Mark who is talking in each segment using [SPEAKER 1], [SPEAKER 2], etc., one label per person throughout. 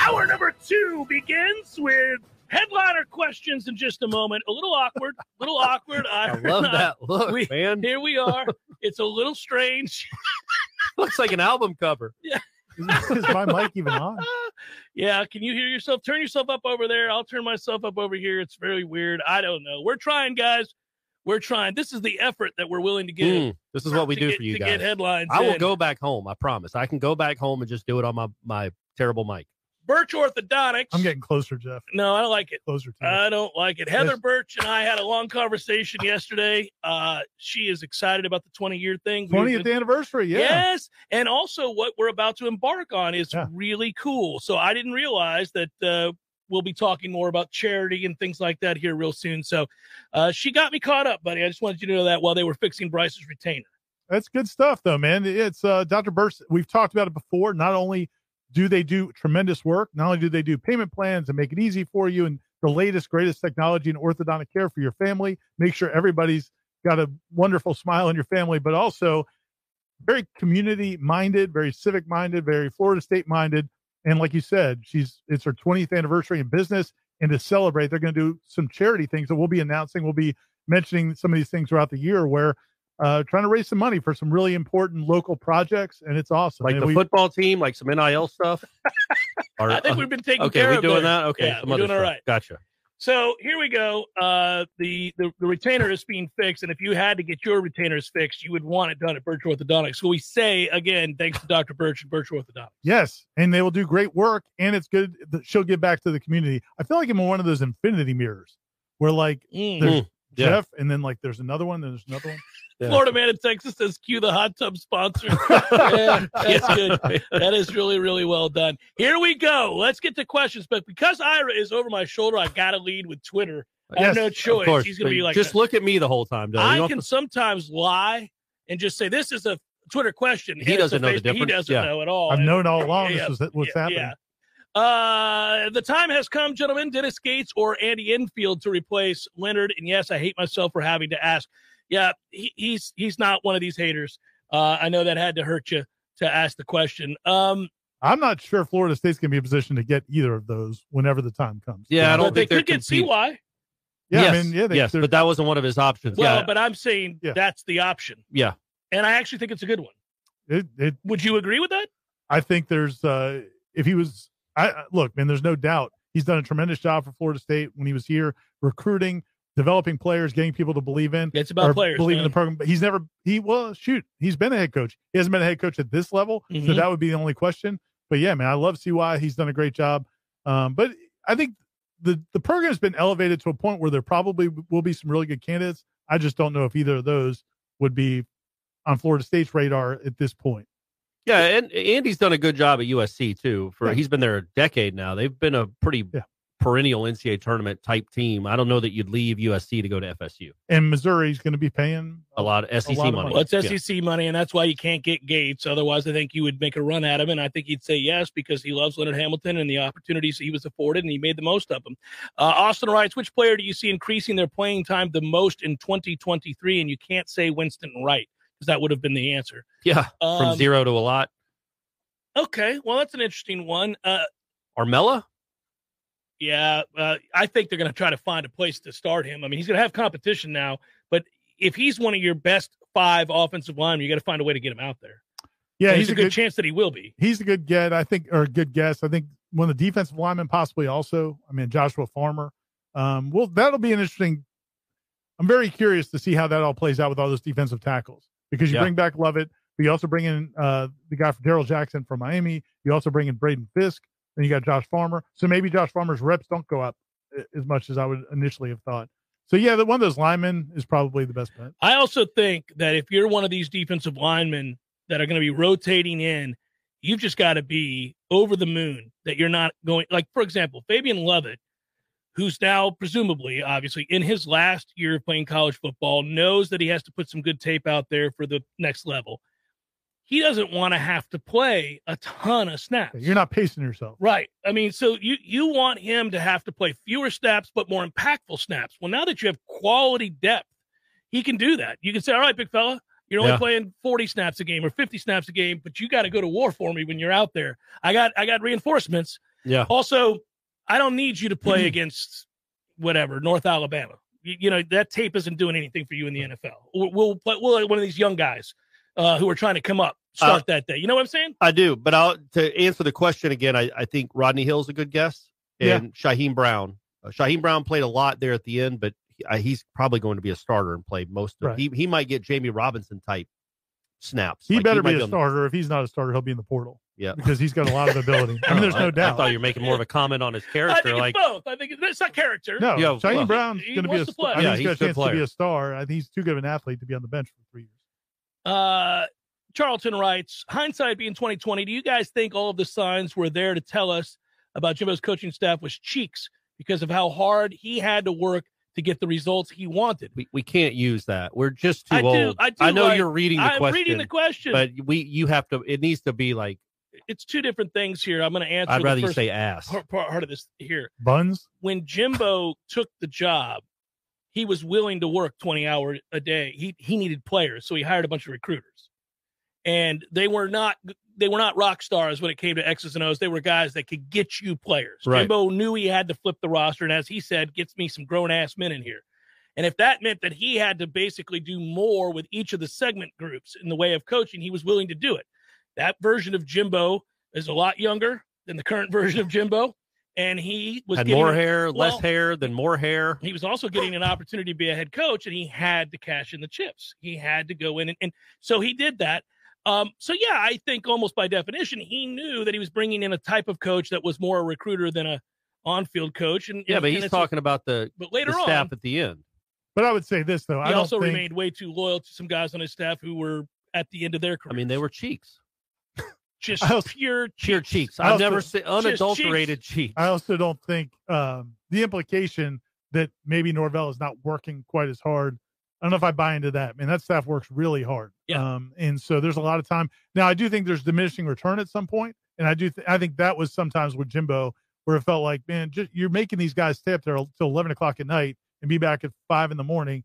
[SPEAKER 1] Hour number two begins with headliner questions in just a moment. A little awkward, little awkward.
[SPEAKER 2] I love that look,
[SPEAKER 1] We-
[SPEAKER 2] man.
[SPEAKER 1] Here we are. It's a little strange.
[SPEAKER 2] Looks like an album cover.
[SPEAKER 3] Is my mic even on?
[SPEAKER 1] yeah, can you hear yourself? Turn yourself up over there. I'll turn myself up over here. It's very weird. I don't know. We're trying, guys. We're trying. This is the effort that we're willing to give.
[SPEAKER 2] Mm, this is what we
[SPEAKER 1] to
[SPEAKER 2] do
[SPEAKER 1] get-
[SPEAKER 2] for you
[SPEAKER 1] to
[SPEAKER 2] guys.
[SPEAKER 1] Get headlines.
[SPEAKER 2] I will
[SPEAKER 1] in.
[SPEAKER 2] go back home. I promise. I can go back home and just do it on my my terrible mic.
[SPEAKER 1] Birch Orthodontics.
[SPEAKER 3] I'm getting closer, Jeff.
[SPEAKER 1] no, I don't like it.
[SPEAKER 3] Closer to it.
[SPEAKER 1] I don't like it. Heather
[SPEAKER 3] Yes.
[SPEAKER 1] Birch and I had a long conversation yesterday. Uh, she is excited about the 20 year thing. We've
[SPEAKER 3] 20th
[SPEAKER 1] been-
[SPEAKER 3] anniversary. Yeah.
[SPEAKER 1] Yes. And also, what we're about to embark on is
[SPEAKER 3] Yeah.
[SPEAKER 1] really cool. So, I didn't realize that uh, we'll be talking more about charity and things like that here real soon. So, uh, she got me caught up, buddy. I just wanted you to know that while they were fixing Bryce's retainer.
[SPEAKER 3] That's good stuff, though, man. It's uh, Dr. Burst. We've talked about it before. Not only do they do tremendous work, not only do they do payment plans and make it easy for you and the latest, greatest technology in orthodontic care for your family, make sure everybody's got a wonderful smile in your family, but also very community minded, very civic minded, very Florida state minded. And like you said, she's it's her 20th anniversary in business. And to celebrate, they're going to do some charity things that we'll be announcing. We'll be mentioning some of these things throughout the year where uh, trying to raise some money for some really important local projects. And it's awesome.
[SPEAKER 2] Like
[SPEAKER 3] and
[SPEAKER 2] the
[SPEAKER 3] we-
[SPEAKER 2] football team, like some NIL stuff. Or-
[SPEAKER 1] I think we've been taking
[SPEAKER 2] uh, okay.
[SPEAKER 1] care
[SPEAKER 2] We
[SPEAKER 1] of
[SPEAKER 2] doing
[SPEAKER 1] there.
[SPEAKER 2] that? Okay.
[SPEAKER 1] Yeah,
[SPEAKER 2] some
[SPEAKER 1] we're
[SPEAKER 2] other
[SPEAKER 1] doing all
[SPEAKER 2] stuff.
[SPEAKER 1] right.
[SPEAKER 2] Gotcha.
[SPEAKER 1] So here we go. Uh, the, the the retainer is being fixed, and if you had to get your retainers fixed, you would want it done at Birch Orthodontics. So we say again, thanks to Dr. Birch and Birch Orthodontics.
[SPEAKER 3] Yes, and they will do great work, and it's good that she'll give back to the community. I feel like I'm in one of those infinity mirrors where like there's
[SPEAKER 2] Mm, yeah.
[SPEAKER 3] Jeff, and then like there's another one, then there's another one.
[SPEAKER 2] Yeah.
[SPEAKER 1] Florida man in Texas says, "Cue the hot tub sponsor."
[SPEAKER 2] Yeah.
[SPEAKER 1] that's good. That is really, really well done. Here we go. Let's get to questions, but because Ira is over my shoulder, I got to lead with Twitter. I have
[SPEAKER 3] Yes,
[SPEAKER 1] no
[SPEAKER 3] of
[SPEAKER 1] choice.
[SPEAKER 2] Of course.
[SPEAKER 1] He's going
[SPEAKER 2] So
[SPEAKER 1] to be
[SPEAKER 2] you
[SPEAKER 1] like,
[SPEAKER 2] just
[SPEAKER 1] that.
[SPEAKER 2] look at me the whole time. Dylan. You
[SPEAKER 1] I
[SPEAKER 2] don't
[SPEAKER 1] can
[SPEAKER 2] have to-
[SPEAKER 1] sometimes lie and just say this is a Twitter question.
[SPEAKER 2] He
[SPEAKER 1] and it's
[SPEAKER 2] doesn't
[SPEAKER 1] a
[SPEAKER 2] know the
[SPEAKER 1] Facebook- He
[SPEAKER 2] difference.
[SPEAKER 1] doesn't
[SPEAKER 2] Yeah.
[SPEAKER 1] know at all.
[SPEAKER 3] I've
[SPEAKER 1] And-
[SPEAKER 3] known all along
[SPEAKER 1] yeah,
[SPEAKER 3] this is what's
[SPEAKER 1] yeah,
[SPEAKER 3] happening.
[SPEAKER 1] yeah. Uh, the time has come, gentlemen. Dennis Gates or Andy Enfield to replace Leonard. And yes, I hate myself for having to ask. Yeah, he, he's he's not one of these haters. Uh, I know that had to hurt you to ask the question. Um,
[SPEAKER 3] I'm not sure Florida State's gonna be in a position to get either of those whenever the time comes.
[SPEAKER 2] Yeah, I
[SPEAKER 1] but
[SPEAKER 2] don't
[SPEAKER 1] they
[SPEAKER 2] think they're
[SPEAKER 1] could get
[SPEAKER 2] competing.
[SPEAKER 1] CY.
[SPEAKER 3] Yeah,
[SPEAKER 2] yes,
[SPEAKER 3] I mean, yeah, they,
[SPEAKER 2] yes,
[SPEAKER 3] they're-
[SPEAKER 2] but that wasn't one of his options.
[SPEAKER 1] Well,
[SPEAKER 2] yeah,
[SPEAKER 1] but I'm saying
[SPEAKER 3] Yeah.
[SPEAKER 1] that's the option,
[SPEAKER 2] yeah.
[SPEAKER 1] and I actually think it's a good one.
[SPEAKER 3] it, it,
[SPEAKER 1] Would you agree with that?
[SPEAKER 3] I think there's uh if he was I I- look, man, there's no doubt he's done a tremendous job for Florida State when he was here, recruiting, developing players, getting people to believe in.
[SPEAKER 1] It's about
[SPEAKER 3] or
[SPEAKER 1] players.
[SPEAKER 3] believe
[SPEAKER 1] man.
[SPEAKER 3] in the program. But he's never he well shoot. He's been a head coach. He hasn't been a head coach at this level, so
[SPEAKER 1] Mhm.
[SPEAKER 3] that would be the only question. But yeah, man, I love CY. He's done a great job. Um, but I think the the program's been elevated to a point where there probably will be some really good candidates. I just don't know if either of those would be on Florida State's radar at this point.
[SPEAKER 2] Yeah, and Andy's done a good job at USC too. For
[SPEAKER 3] Yeah.
[SPEAKER 2] he's been there a decade now. They've been a pretty
[SPEAKER 3] Yeah.
[SPEAKER 2] perennial NCAA tournament type team. I don't know that you'd leave USC to go to FSU.
[SPEAKER 3] And Missouri's going to be paying
[SPEAKER 2] A lot of SEC
[SPEAKER 3] lot of
[SPEAKER 2] money.
[SPEAKER 3] money.
[SPEAKER 1] Well, it's
[SPEAKER 2] Yeah.
[SPEAKER 1] SEC money, and that's why you can't get Gates. Otherwise, I think you would make a run at him, and I think he'd say yes because he loves Leonard Hamilton and the opportunities he was afforded, and he made the most of them. Uh, Austin writes, which player do you see increasing their playing time the most in 2023? And you can't say Winston Wright because that would have been the answer.
[SPEAKER 2] Yeah,
[SPEAKER 1] Um,
[SPEAKER 2] from zero to a lot.
[SPEAKER 1] Okay, well, that's an interesting one. Uh,
[SPEAKER 2] Armella.
[SPEAKER 1] yeah, uh, I think they're going to try to find a place to start him. I mean, he's going to have competition now, but if he's one of your best five offensive linemen, you got to find a way to get him out there.
[SPEAKER 3] Yeah,
[SPEAKER 1] And there's a good, chance that he will be.
[SPEAKER 3] he's a good get. I think, or a good guess. I think one of the defensive linemen, possibly also. I mean, Joshua Farmer. Um, well, that'll be an interesting. I'm very curious to see how that all plays out with all those defensive tackles because you
[SPEAKER 2] Yeah.
[SPEAKER 3] bring back Lovett, but you also bring in uh, the guy from Daryl Jackson from Miami. You also bring in Braden Fisk, and you got Josh Farmer. So maybe Josh Farmer's reps don't go up a- as much as I would initially have thought. So yeah, that one of those linemen is probably the best bet.
[SPEAKER 1] I also think that if you're one of these defensive linemen that are going to be rotating in, you've just got to be over the moon that you're not going. Like, for example, Fabian Lovett, who's now presumably, obviously, in his last year of playing college football, knows that he has to put some good tape out there for the next level. He doesn't want to have to play a ton of snaps.
[SPEAKER 3] You're not pacing yourself.
[SPEAKER 1] Right. I mean, so you you want him to have to play fewer snaps but more impactful snaps. Well, now that you have quality depth, he can do that. You can say, "All right, big fella, you're only
[SPEAKER 2] Yeah.
[SPEAKER 1] playing 40 snaps a game or 50 snaps a game, but you got to go to war for me when you're out there. I got I got reinforcements.
[SPEAKER 2] Yeah.
[SPEAKER 1] Also, I don't need you to play against whatever North Alabama. You, you know that tape isn't doing anything for you in the NFL. We'll, we'll play. We'll let one of these young guys uh, who are trying to come up start that day. You know what I'm saying?
[SPEAKER 2] I do, but I'll to answer the question again. I, I think Rodney Hill's a good guess, and Shaheem Brown. Uh, Shaheem Brown played a lot there at the end, but he, uh, he's probably going to be a starter and play most. Of,
[SPEAKER 3] Right.
[SPEAKER 2] He he might get Jamie Robinson type snaps.
[SPEAKER 3] He
[SPEAKER 2] Like,
[SPEAKER 3] better
[SPEAKER 2] might
[SPEAKER 3] be a
[SPEAKER 2] on-
[SPEAKER 3] starter. If he's not a starter, he'll be in the portal.
[SPEAKER 2] Yeah.
[SPEAKER 3] because he's got a lot of ability. I mean, there's no doubt.
[SPEAKER 2] Oh, I thought you were making more of a comment on his
[SPEAKER 1] I
[SPEAKER 2] character,
[SPEAKER 1] think
[SPEAKER 2] like
[SPEAKER 1] it's both. I think it's, it's not character.
[SPEAKER 3] No,
[SPEAKER 2] Yeah,
[SPEAKER 3] Shane
[SPEAKER 2] well,
[SPEAKER 3] Brown's
[SPEAKER 1] he
[SPEAKER 3] going to be
[SPEAKER 1] wants
[SPEAKER 3] a.
[SPEAKER 1] to
[SPEAKER 3] st-
[SPEAKER 1] play.
[SPEAKER 3] I think
[SPEAKER 2] Yeah,
[SPEAKER 3] he's got
[SPEAKER 2] he's
[SPEAKER 3] a
[SPEAKER 2] a
[SPEAKER 3] chance to be
[SPEAKER 2] player.
[SPEAKER 3] a star. I think he's too good of an athlete to be on the bench for three years.
[SPEAKER 1] Uh, Charlton writes, hindsight being 2020, do you guys think all of the signs were there to tell us about Jimbo's coaching staff was cheeks because of how hard he had to work to get the results he wanted?
[SPEAKER 2] we, we can't use that. We're just too
[SPEAKER 1] I do-
[SPEAKER 2] old.
[SPEAKER 1] I do
[SPEAKER 2] know
[SPEAKER 1] like-
[SPEAKER 2] you're reading the
[SPEAKER 1] I'm
[SPEAKER 2] question,
[SPEAKER 1] reading the question.
[SPEAKER 2] but we you have to. It needs to be like
[SPEAKER 1] it's two different things here. I'm going to answer
[SPEAKER 2] I'd rather
[SPEAKER 1] the
[SPEAKER 2] you
[SPEAKER 1] first
[SPEAKER 2] say ass.
[SPEAKER 1] part, part of this here.
[SPEAKER 3] Buns.
[SPEAKER 1] When Jimbo took the job, he was willing to work 20 hours a day. He he needed players, so he hired a bunch of recruiters. And they were not they were not rock stars when it came to X's and O's. They were guys that could get you players.
[SPEAKER 2] Right.
[SPEAKER 1] Jimbo knew he had to flip the roster, and as he said, gets me some grown ass men in here. And if that meant that he had to basically do more with each of the segment groups in the way of coaching, he was willing to do it. That version of Jimbo is a lot younger than the current version of Jimbo, and he was
[SPEAKER 2] Had
[SPEAKER 1] given
[SPEAKER 2] more
[SPEAKER 1] a-
[SPEAKER 2] hair,
[SPEAKER 1] well-
[SPEAKER 2] less hair, then more hair.
[SPEAKER 1] he was also getting an opportunity to be a head coach and he had to cash in the chips he had to go in and, and so he did that um, so yeah i think almost by definition he knew that he was bringing in a type of coach that was more a recruiter than a on-field coach and
[SPEAKER 2] Yeah,
[SPEAKER 1] and-
[SPEAKER 2] but
[SPEAKER 1] and
[SPEAKER 2] he's
[SPEAKER 1] it's a-
[SPEAKER 2] talking about the,
[SPEAKER 1] but
[SPEAKER 2] the
[SPEAKER 1] later on
[SPEAKER 2] staff at the end.
[SPEAKER 3] But I would say this though. I
[SPEAKER 1] he
[SPEAKER 3] don't
[SPEAKER 1] also
[SPEAKER 3] think,
[SPEAKER 1] remained way too loyal to some guys on his staff who were at the end of their
[SPEAKER 2] I
[SPEAKER 1] career
[SPEAKER 2] mean, they were cheeks.
[SPEAKER 1] just
[SPEAKER 3] I also-
[SPEAKER 1] pure
[SPEAKER 2] Sheer
[SPEAKER 1] cheeks.
[SPEAKER 2] cheeks.
[SPEAKER 3] I
[SPEAKER 2] I've
[SPEAKER 3] also-
[SPEAKER 2] never seen unadulterated cheeks.
[SPEAKER 3] I also don't think um, the implication that maybe Norvell is not working quite as hard. I don't know if I buy into that. Man, that staff works really hard.
[SPEAKER 1] Yeah.
[SPEAKER 3] Um, and so there's a lot of time. Now I do think there's diminishing return at some point, and I do. Th- I think that was sometimes with Jimbo where it felt like, man, just, you're making these guys stay up there till 11 o'clock at night and be back at five in the morning.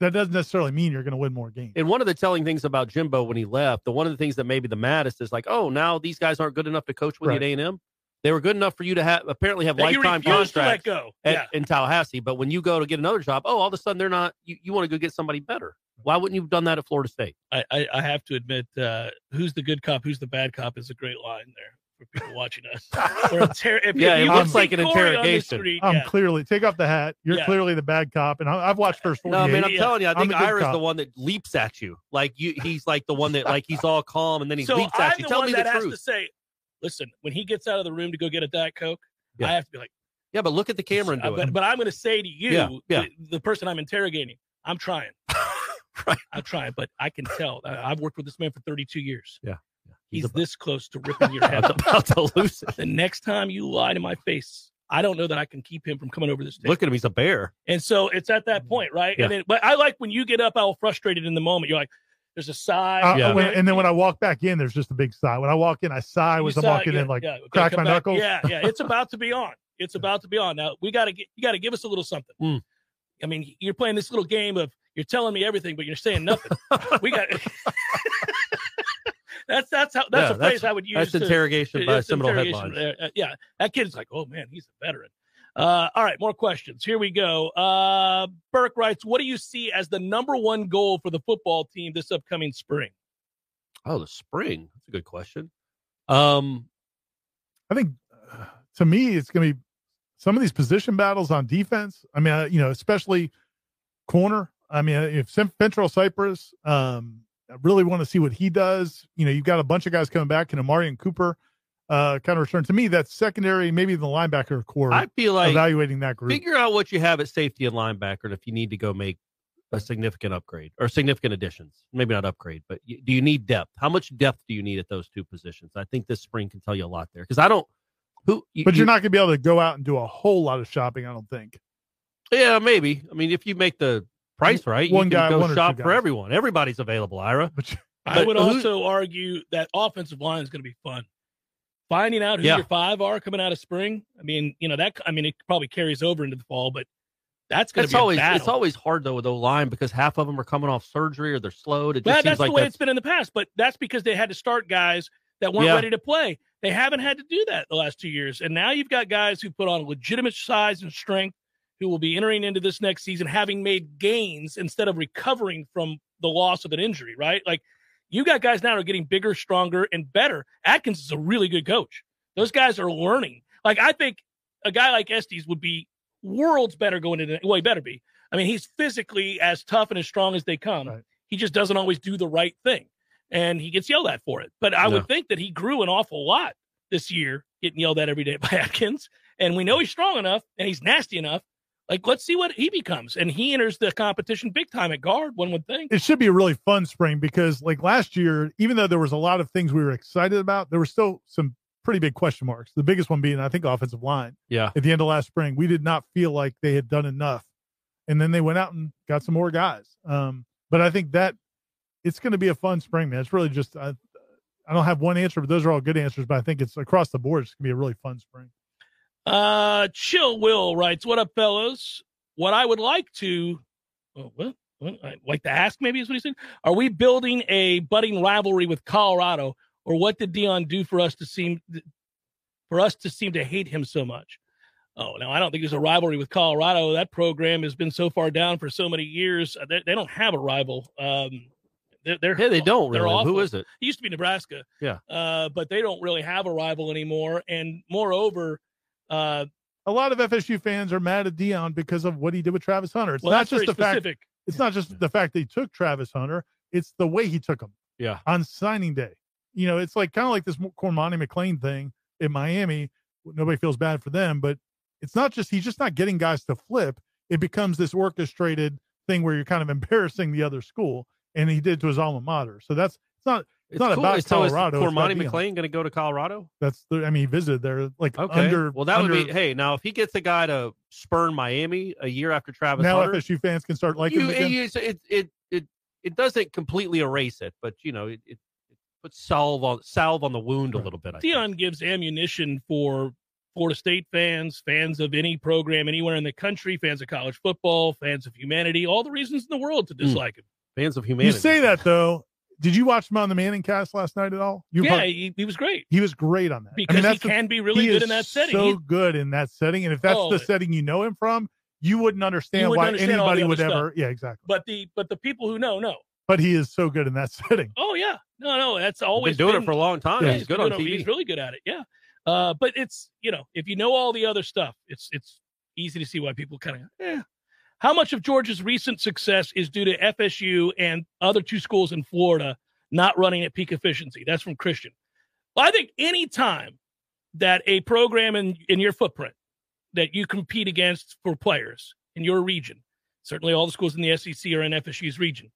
[SPEAKER 3] That doesn't necessarily mean you're going to win more games.
[SPEAKER 2] And one of the telling things about Jimbo when he left, the one of the things that made me the maddest is like, oh, now these guys aren't good enough to coach with you at A&M. They were good enough for you to have apparently have
[SPEAKER 1] that you
[SPEAKER 2] lifetime
[SPEAKER 1] refused to let
[SPEAKER 2] contracts
[SPEAKER 1] go
[SPEAKER 2] at-
[SPEAKER 1] yeah
[SPEAKER 2] in Tallahassee. But when you go to get another job, oh, all of a sudden they're not. You, you want to go get somebody better. Why wouldn't you have done that at Florida State?
[SPEAKER 1] I, I, I have to admit, uh, who's the good cop, who's the bad cop is a great line there for people watching us. Or inter- if
[SPEAKER 2] Yeah,
[SPEAKER 1] if
[SPEAKER 2] it
[SPEAKER 1] you
[SPEAKER 2] looks
[SPEAKER 1] see
[SPEAKER 2] like an
[SPEAKER 1] Corey on the
[SPEAKER 2] interrogation.
[SPEAKER 1] street,
[SPEAKER 3] I'm
[SPEAKER 1] yeah.
[SPEAKER 3] clearly take off the hat. You're
[SPEAKER 1] Yeah.
[SPEAKER 3] clearly the bad cop, and I, I've watched first 48.
[SPEAKER 2] No, I mean, I'm
[SPEAKER 1] Yeah.
[SPEAKER 2] telling you, I
[SPEAKER 3] I'm
[SPEAKER 2] think
[SPEAKER 3] a good
[SPEAKER 2] Ira's
[SPEAKER 3] cop.
[SPEAKER 2] the one that leaps at you. Like you, he's like the one that like he's all calm and then he
[SPEAKER 1] so
[SPEAKER 2] leaps
[SPEAKER 1] I'm
[SPEAKER 2] at you.
[SPEAKER 1] the
[SPEAKER 2] Tell
[SPEAKER 1] one
[SPEAKER 2] me the
[SPEAKER 1] that has
[SPEAKER 2] truth.
[SPEAKER 1] to say, listen, when he gets out of the room to go get a Diet Coke,
[SPEAKER 2] Yeah.
[SPEAKER 1] I have to be like,
[SPEAKER 2] Yeah, but look at the camera and
[SPEAKER 1] I-
[SPEAKER 2] do
[SPEAKER 1] but,
[SPEAKER 2] it.
[SPEAKER 1] but I'm going to say to you,
[SPEAKER 2] Yeah, yeah.
[SPEAKER 1] The, the person I'm interrogating, I'm trying.
[SPEAKER 2] Right.
[SPEAKER 1] I'm trying, but I can tell. I, I've worked with this man for 32 years. He's,
[SPEAKER 2] He's
[SPEAKER 1] this close to ripping your head
[SPEAKER 2] about,
[SPEAKER 1] off.
[SPEAKER 2] about to lose it.
[SPEAKER 1] The next time you lie to my face, I don't know that I can keep him from coming over this table.
[SPEAKER 2] Look at him. He's a bear.
[SPEAKER 1] And so it's at that point, right?
[SPEAKER 2] Yeah.
[SPEAKER 1] And then, but I like when you get up, how frustrated in the moment. You're like, there's a sigh.
[SPEAKER 3] Uh,
[SPEAKER 2] Yeah.
[SPEAKER 3] when- and then when I walk back in, there's just a big sigh. When I walk in, I sigh
[SPEAKER 1] You
[SPEAKER 3] as I'm
[SPEAKER 1] sigh,
[SPEAKER 3] walking
[SPEAKER 1] yeah,
[SPEAKER 3] in, like
[SPEAKER 1] yeah, okay,
[SPEAKER 3] crack
[SPEAKER 1] come
[SPEAKER 3] my
[SPEAKER 1] back.
[SPEAKER 3] knuckles.
[SPEAKER 1] Yeah, yeah. It's about to be on. It's about to be on. Now we got to get, you got to give us a little something.
[SPEAKER 2] Mm.
[SPEAKER 1] I mean, you're playing this little game of you're telling me everything, but you're saying nothing. we got. that's that's how that's
[SPEAKER 2] Yeah,
[SPEAKER 1] a
[SPEAKER 2] that's-
[SPEAKER 1] phrase I would use.
[SPEAKER 2] That's
[SPEAKER 1] to-
[SPEAKER 2] interrogation by
[SPEAKER 1] it's
[SPEAKER 2] Seminole
[SPEAKER 1] interrogation.
[SPEAKER 2] headlines.
[SPEAKER 1] Uh, uh, yeah, that kid's like, oh man, he's a veteran. Uh, all right, more questions. Here we go. Uh, Burke writes, "What do you see as the number one goal for the football team this upcoming spring?"
[SPEAKER 2] Oh, the spring. That's a good question. Um,
[SPEAKER 3] I think uh, to me, it's going to be some of these position battles on defense. I mean, uh, you know, especially corner. I mean, uh, if Cent- Central Cypress, um, I really want to see what he does. You know, you've got a bunch of guys coming back, and Amari and Cooper uh, kind of return. To me, that's secondary, maybe the linebacker core.
[SPEAKER 2] I feel like
[SPEAKER 3] evaluating that group.
[SPEAKER 2] figure out what you have at safety and linebacker, and if you need to go make a significant upgrade or significant additions. Maybe not upgrade, but y- do you need depth? How much depth do you need at those two positions? I think this spring can tell you a lot there because I don't. Who, you-
[SPEAKER 3] but
[SPEAKER 2] you-
[SPEAKER 3] you're not going to be able to go out and do a whole lot of shopping, I don't think.
[SPEAKER 2] Yeah, maybe. I mean, if you make the price right,
[SPEAKER 3] One
[SPEAKER 2] you
[SPEAKER 3] guy,
[SPEAKER 2] can
[SPEAKER 3] one or
[SPEAKER 2] go
[SPEAKER 3] two
[SPEAKER 2] shop for
[SPEAKER 3] guys.
[SPEAKER 2] everyone. Everybody's available, Ira.
[SPEAKER 3] But you-
[SPEAKER 1] I
[SPEAKER 2] But
[SPEAKER 1] would
[SPEAKER 2] who-
[SPEAKER 1] also argue that offensive line is going to be fun. Finding out who
[SPEAKER 2] Yeah.
[SPEAKER 1] your five are coming out of spring. I mean, you know that. I mean, it probably carries over into the fall, but that's going to
[SPEAKER 2] It's
[SPEAKER 1] be
[SPEAKER 2] always
[SPEAKER 1] a battle.
[SPEAKER 2] it's always hard though with O line because half of them are coming off surgery or they're slowed. It just
[SPEAKER 1] Well,
[SPEAKER 2] seems
[SPEAKER 1] that's
[SPEAKER 2] like
[SPEAKER 1] the way
[SPEAKER 2] that's
[SPEAKER 1] it's been in the past, but that's because they had to start guys that weren't
[SPEAKER 2] Yeah.
[SPEAKER 1] ready to play. They haven't had to do that the last two years. And now you've got guys who put on legitimate size and strength who will be entering into this next season having made gains instead of recovering from the loss of an injury, right? Like you got guys now who are getting bigger, stronger, and better. Atkins is a really good coach. Those guys are learning. Like I think a guy like Estes would be worlds better going into well, he better be. I mean, he's physically as tough and as strong as they come.
[SPEAKER 3] Right.
[SPEAKER 1] He just doesn't always do the right thing, and he gets yelled at for it. But I
[SPEAKER 2] No.
[SPEAKER 1] would think that he grew an awful lot this year, getting yelled at every day by Atkins. And we know he's strong enough and he's nasty enough. Like, let's see what he becomes. And he enters the competition big time at guard. One would think.
[SPEAKER 3] it should be a really fun spring because, like last year, even though there was a lot of things we were excited about, there were still some pretty big question marks. The biggest one being, I think, offensive line.
[SPEAKER 2] yeah.
[SPEAKER 3] At the end of last spring, we did not feel like they had done enough, and then they went out and got some more guys. Um, but I think that it's going to be a fun spring, man. It's really just I, I don't have one answer, but those are all good answers. But I think it's across the board. It's going to be a really fun spring.
[SPEAKER 1] Uh, Chill Will writes, "What up, fellas? What I would like to, oh, what, what I like to ask, maybe is what he said. Are we building a budding rivalry with Colorado, or what did Dion do for us to seem, for us to seem to hate him so much? Oh, no, I don't think there's a rivalry with Colorado. That program has been so far down for so many years. Uh, They, they don't have a rival. Um, they're, they're
[SPEAKER 2] Yeah, they don't
[SPEAKER 1] They're
[SPEAKER 2] really. Who
[SPEAKER 1] awful.
[SPEAKER 2] is it?
[SPEAKER 1] It used to be Nebraska.
[SPEAKER 2] Yeah.
[SPEAKER 1] Uh, but they don't really have a rival anymore. And moreover, uh,
[SPEAKER 3] a lot of FSU fans are mad at Dion because of what he did with Travis Hunter. It's not
[SPEAKER 1] that's
[SPEAKER 3] just
[SPEAKER 1] very
[SPEAKER 3] the fact.
[SPEAKER 1] specific.
[SPEAKER 3] It's not just the fact that he took Travis Hunter. It's the way he took him
[SPEAKER 2] Yeah.
[SPEAKER 3] on signing day. You know, it's like kind of like this Cormani McLean thing in Miami. Nobody feels bad for them, but it's not just he's just not getting guys to flip. It becomes this orchestrated thing where you're kind of embarrassing the other school, and he did to his alma mater. So that's it's not
[SPEAKER 2] It's
[SPEAKER 3] not about
[SPEAKER 2] so is
[SPEAKER 3] Colorado, it's about
[SPEAKER 2] Cormani
[SPEAKER 3] Deion.
[SPEAKER 2] McLean going to go to Colorado?
[SPEAKER 3] that's the, I mean he visited there like
[SPEAKER 2] Okay.
[SPEAKER 3] under
[SPEAKER 2] well, that
[SPEAKER 3] under,
[SPEAKER 2] would be hey. Now, if he gets a guy to spurn Miami a year after Travis
[SPEAKER 3] now
[SPEAKER 2] Hunter,
[SPEAKER 3] FSU fans can start liking
[SPEAKER 2] you,
[SPEAKER 3] him again.
[SPEAKER 2] you- so it, it it it doesn't completely erase it, but you know it, it, it puts salve on salve on the wound a
[SPEAKER 3] Right.
[SPEAKER 2] little bit. I think.
[SPEAKER 1] Dion gives ammunition for Florida State fans, fans of any program anywhere in the country, fans of college football, fans of humanity, all the reasons in the world to
[SPEAKER 3] Hmm.
[SPEAKER 1] dislike him.
[SPEAKER 2] fans of humanity.
[SPEAKER 3] You say that though. Did you watch him on the Manning cast last night at all? You
[SPEAKER 1] Yeah,
[SPEAKER 3] probably-
[SPEAKER 1] he, he was great
[SPEAKER 3] he was great on that.
[SPEAKER 1] because he
[SPEAKER 3] that's the-
[SPEAKER 1] can be really
[SPEAKER 3] he
[SPEAKER 1] good
[SPEAKER 3] is
[SPEAKER 1] in that setting.
[SPEAKER 3] So
[SPEAKER 1] He-
[SPEAKER 3] good in that setting, and if that's
[SPEAKER 1] Oh.
[SPEAKER 3] the setting you know him from, you wouldn't understand
[SPEAKER 1] You wouldn't
[SPEAKER 3] why
[SPEAKER 1] understand all the
[SPEAKER 3] anybody would
[SPEAKER 1] other
[SPEAKER 3] ever. Yeah, exactly.
[SPEAKER 1] but the but the people who know know.
[SPEAKER 3] But he is so good in that setting.
[SPEAKER 1] Oh yeah, no no, that's
[SPEAKER 2] He's
[SPEAKER 1] always
[SPEAKER 2] been doing it for a long time.
[SPEAKER 3] Yeah,
[SPEAKER 2] he's good on TV.
[SPEAKER 1] He's really good at it. Yeah, uh, but it's you know if you know all the other stuff, it's it's easy to see why people kind of eh. How much of Georgia's recent success is due to FSU and other two schools in Florida not running at peak efficiency? That's from Christian. Well, I think any time that a program in in your footprint that you compete against for players in your region, certainly all the schools in the SEC are in FSU's region.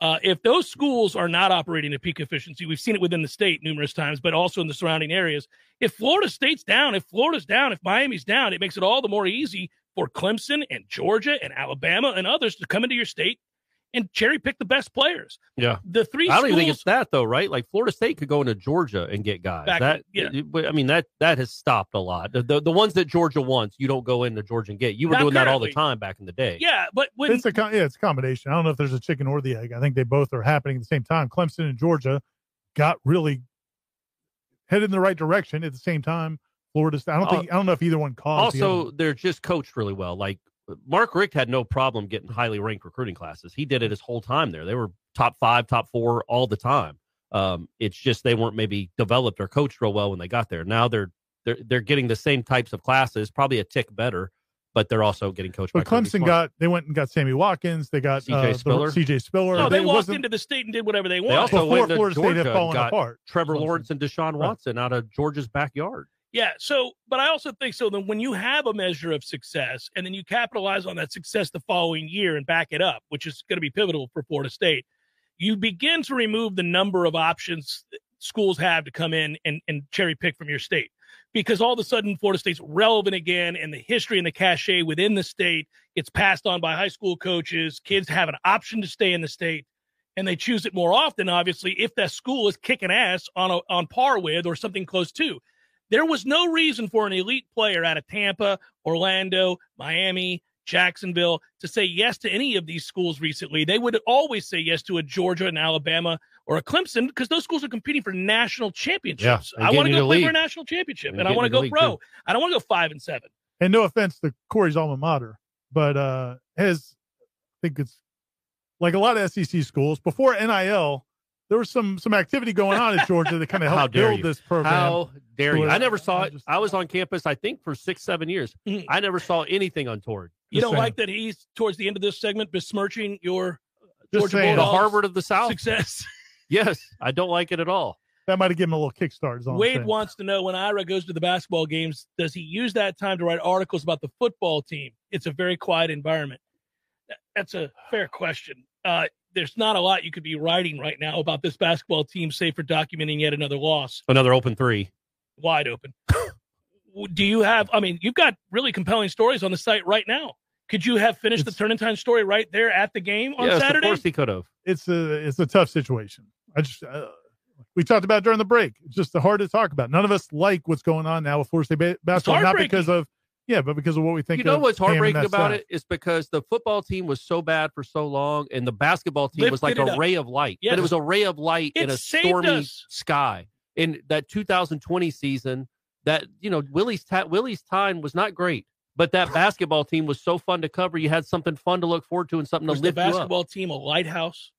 [SPEAKER 1] Uh, if those schools are not operating at peak efficiency, we've seen it within the state numerous times, but also in the surrounding areas. If Florida State's down, if Florida's down, if Miami's down, it makes it all the more easy for Clemson and Georgia and Alabama and others to come into your state and cherry pick the best players.
[SPEAKER 2] Yeah.
[SPEAKER 1] the three.
[SPEAKER 2] I don't even think
[SPEAKER 1] schools-
[SPEAKER 2] it's that though, right? Like Florida State could go into Georgia and get guys.
[SPEAKER 1] Back-
[SPEAKER 2] that
[SPEAKER 1] yeah.
[SPEAKER 2] it- but, I mean that that has stopped a lot. The, the the ones that Georgia wants, you don't go into Georgia and get. You were
[SPEAKER 1] Not
[SPEAKER 2] doing that all the
[SPEAKER 1] currently.
[SPEAKER 2] time back in the day.
[SPEAKER 1] Yeah, but when
[SPEAKER 3] it's a co- yeah, it's a combination. I don't know if there's a chicken or the egg. I think they both are happening at the same time. Clemson and Georgia got really headed in the right direction at the same time. Florida State. I don't
[SPEAKER 2] Al-
[SPEAKER 3] think I don't know if either one caused. the other
[SPEAKER 2] Also,
[SPEAKER 3] one.
[SPEAKER 2] they're just coached really well. Like Mark Richt had no problem getting highly ranked recruiting classes. He did it his whole time there. They were top five, top four all the time. Um, it's just they weren't maybe developed or coached real well when they got there. Now they're They're they're getting the same types of classes, probably a tick better, but they're also getting coached.
[SPEAKER 4] But
[SPEAKER 2] by Kirby
[SPEAKER 4] Clemson
[SPEAKER 2] Smart.
[SPEAKER 4] got they went and got Sammy Watkins. They got
[SPEAKER 2] C.J.
[SPEAKER 4] uh, the-
[SPEAKER 2] Spiller.
[SPEAKER 4] C.J. Spiller.
[SPEAKER 1] No, they,
[SPEAKER 4] it
[SPEAKER 1] walked
[SPEAKER 4] wasn't
[SPEAKER 1] into the state and did whatever they
[SPEAKER 2] They
[SPEAKER 1] wanted.
[SPEAKER 2] also
[SPEAKER 4] before
[SPEAKER 2] went to
[SPEAKER 4] Florida State had
[SPEAKER 2] Georgia
[SPEAKER 4] fallen
[SPEAKER 2] got
[SPEAKER 4] apart.
[SPEAKER 2] Trevor
[SPEAKER 4] Clemson.
[SPEAKER 2] Lawrence and Deshaun Watson out of Georgia's backyard.
[SPEAKER 1] Yeah. So, but I also think so. Then, when you have a measure of success and then you capitalize on that success the following year and back it up, which is going to be pivotal for Florida State, you begin to remove the number of options that schools have to come in and, and cherry pick from your state because all of a sudden Florida State's relevant again and the history and the cachet within the state gets passed on by high school coaches. Kids have an option to stay in the state. And they choose it more often, obviously, if that school is kicking ass on a, on par with or something close to. There was no reason for an elite player out of Tampa, Orlando, Miami, Jacksonville to say yes to any of these schools recently. They would always say yes to a Georgia, an Alabama, or a Clemson because those schools are competing for national championships.
[SPEAKER 2] and
[SPEAKER 1] I want to
[SPEAKER 2] getting
[SPEAKER 1] go
[SPEAKER 2] the
[SPEAKER 1] play for
[SPEAKER 2] league.
[SPEAKER 1] a national championship,
[SPEAKER 2] And
[SPEAKER 1] and I
[SPEAKER 2] getting
[SPEAKER 1] want to
[SPEAKER 2] the
[SPEAKER 1] go
[SPEAKER 2] league,
[SPEAKER 1] pro.
[SPEAKER 2] too.
[SPEAKER 1] I don't want to go five and seven.
[SPEAKER 4] and no offense to Corey's alma mater, but uh, has I think it's like a lot of SEC schools before NIL. There was some some activity going on at Georgia that kind of
[SPEAKER 2] How
[SPEAKER 4] helped
[SPEAKER 2] dare
[SPEAKER 4] build
[SPEAKER 2] you.
[SPEAKER 4] this program.
[SPEAKER 2] How dare you? I never saw
[SPEAKER 4] I
[SPEAKER 2] it.
[SPEAKER 4] just- Mm.
[SPEAKER 2] I was on campus, I think, for six, seven years.
[SPEAKER 1] Mhm.
[SPEAKER 2] I never saw anything on Torrid.
[SPEAKER 1] You
[SPEAKER 4] Just
[SPEAKER 1] don't like that he's towards the end of this segment besmirching your
[SPEAKER 4] Just
[SPEAKER 1] Georgia
[SPEAKER 4] saying.
[SPEAKER 2] The
[SPEAKER 4] Well,
[SPEAKER 1] Bulldogs
[SPEAKER 2] Harvard of the South.
[SPEAKER 1] success.
[SPEAKER 2] Yes, I don't like it at all.
[SPEAKER 4] that might have given him a little kickstart. is all I'm
[SPEAKER 1] Wade
[SPEAKER 4] saying.
[SPEAKER 1] wants to know when Ira goes to the basketball games, does he use that time to write articles about the football team? It's a very quiet environment. That- That's a fair question. Uh, there's not a lot you could be writing right now about this basketball team, save for documenting yet another loss
[SPEAKER 2] Another open three.
[SPEAKER 1] wide open. Do you have? I mean, you've got really compelling stories on the site right now. Could you have finished the turn in time story right there at the game on
[SPEAKER 2] yes,
[SPEAKER 1] Saturday?
[SPEAKER 2] of course he could have.
[SPEAKER 4] It's a it's a tough situation. I just uh, we talked about it during the break. It's just hard to talk about. None of us like what's going on now with Florida State ba- basketball, not
[SPEAKER 1] heartbreaking.
[SPEAKER 4] because of yeah, but because of what we think.
[SPEAKER 2] You know
[SPEAKER 4] of
[SPEAKER 2] what's
[SPEAKER 4] Cam and
[SPEAKER 2] heartbreaking
[SPEAKER 4] that
[SPEAKER 2] about
[SPEAKER 4] staff.
[SPEAKER 2] it is because the football team was so bad for so long, and the basketball team was like
[SPEAKER 1] Lifted it
[SPEAKER 2] a
[SPEAKER 1] up.
[SPEAKER 2] ray of light.
[SPEAKER 1] Yes.
[SPEAKER 2] But it was a ray of light
[SPEAKER 1] It
[SPEAKER 2] in a
[SPEAKER 1] saved
[SPEAKER 2] stormy
[SPEAKER 1] us.
[SPEAKER 2] sky. In that 2020 season, that you know Willie's ta- Willie's time was not great, but that basketball team was so fun to cover. You had something fun to look forward to and something to
[SPEAKER 1] Was the
[SPEAKER 2] lift you up.
[SPEAKER 1] basketball team a lighthouse?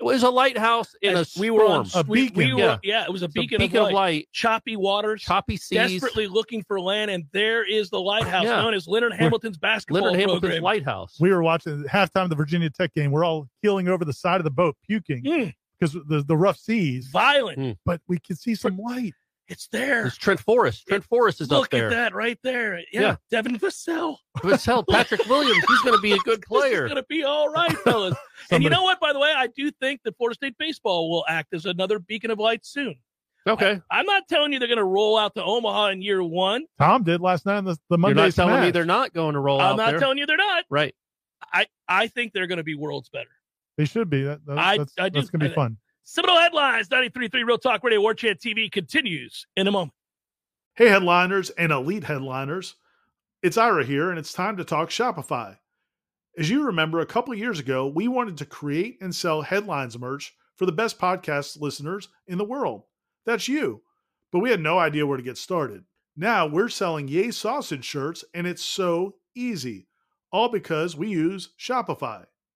[SPEAKER 2] It was a lighthouse in a
[SPEAKER 1] As
[SPEAKER 2] storm.
[SPEAKER 1] we were on,
[SPEAKER 2] It's
[SPEAKER 4] A
[SPEAKER 1] we- we
[SPEAKER 4] beacon.
[SPEAKER 1] were-
[SPEAKER 2] Yeah.
[SPEAKER 1] yeah. it was a
[SPEAKER 2] a
[SPEAKER 1] beacon, of, light. Choppy waters,
[SPEAKER 2] choppy seas.
[SPEAKER 1] desperately looking for land, and there is the lighthouse
[SPEAKER 2] Yeah.
[SPEAKER 1] known as Leonard Hamilton's basketball
[SPEAKER 2] Leonard Hamilton's
[SPEAKER 1] program.
[SPEAKER 2] lighthouse.
[SPEAKER 4] We were watching halftime of the Virginia Tech game. We're all heeling over the side of the boat, puking
[SPEAKER 1] Mm,
[SPEAKER 4] because of the the rough seas.
[SPEAKER 1] violent.
[SPEAKER 2] Mm.
[SPEAKER 4] but we can see some light.
[SPEAKER 1] It's there.
[SPEAKER 2] It's Trent Forrest. Trent Forrest is up
[SPEAKER 1] Look
[SPEAKER 2] there.
[SPEAKER 1] at that right there. Yeah,
[SPEAKER 2] Yeah.
[SPEAKER 1] Devin Vassell.
[SPEAKER 2] Let's help Patrick Williams. He's going to be a good
[SPEAKER 1] This
[SPEAKER 2] player.
[SPEAKER 1] is going to be all right, fellas. and you know what, by the way? I do think that Florida State baseball will act as another beacon of light soon.
[SPEAKER 2] Okay.
[SPEAKER 1] I'm not telling you they're going to roll out to Omaha in year one.
[SPEAKER 4] Tom did last night on the, the
[SPEAKER 2] You're
[SPEAKER 4] Monday
[SPEAKER 2] not telling me
[SPEAKER 4] Smash.
[SPEAKER 2] they're not going to roll
[SPEAKER 1] I'm
[SPEAKER 2] out
[SPEAKER 1] not
[SPEAKER 2] there.
[SPEAKER 1] telling you they're not.
[SPEAKER 2] right.
[SPEAKER 1] I, I think they're going to be worlds better.
[SPEAKER 4] They should be. That, that,
[SPEAKER 1] I-
[SPEAKER 4] that's
[SPEAKER 1] I do-
[SPEAKER 4] that's going to be fun.
[SPEAKER 1] Seminole Headlines 93.3 Real Talk Radio War Chant TV continues in a moment.
[SPEAKER 3] Hey, headliners and elite headliners. It's Ira here, and it's time to talk Shopify. As you remember, a couple years ago, we wanted to create and sell headlines merch for the best podcast listeners in the world. That's you. But we had no idea where to get started. Now we're selling Yay Sausage shirts, and it's so easy, all because we use Shopify.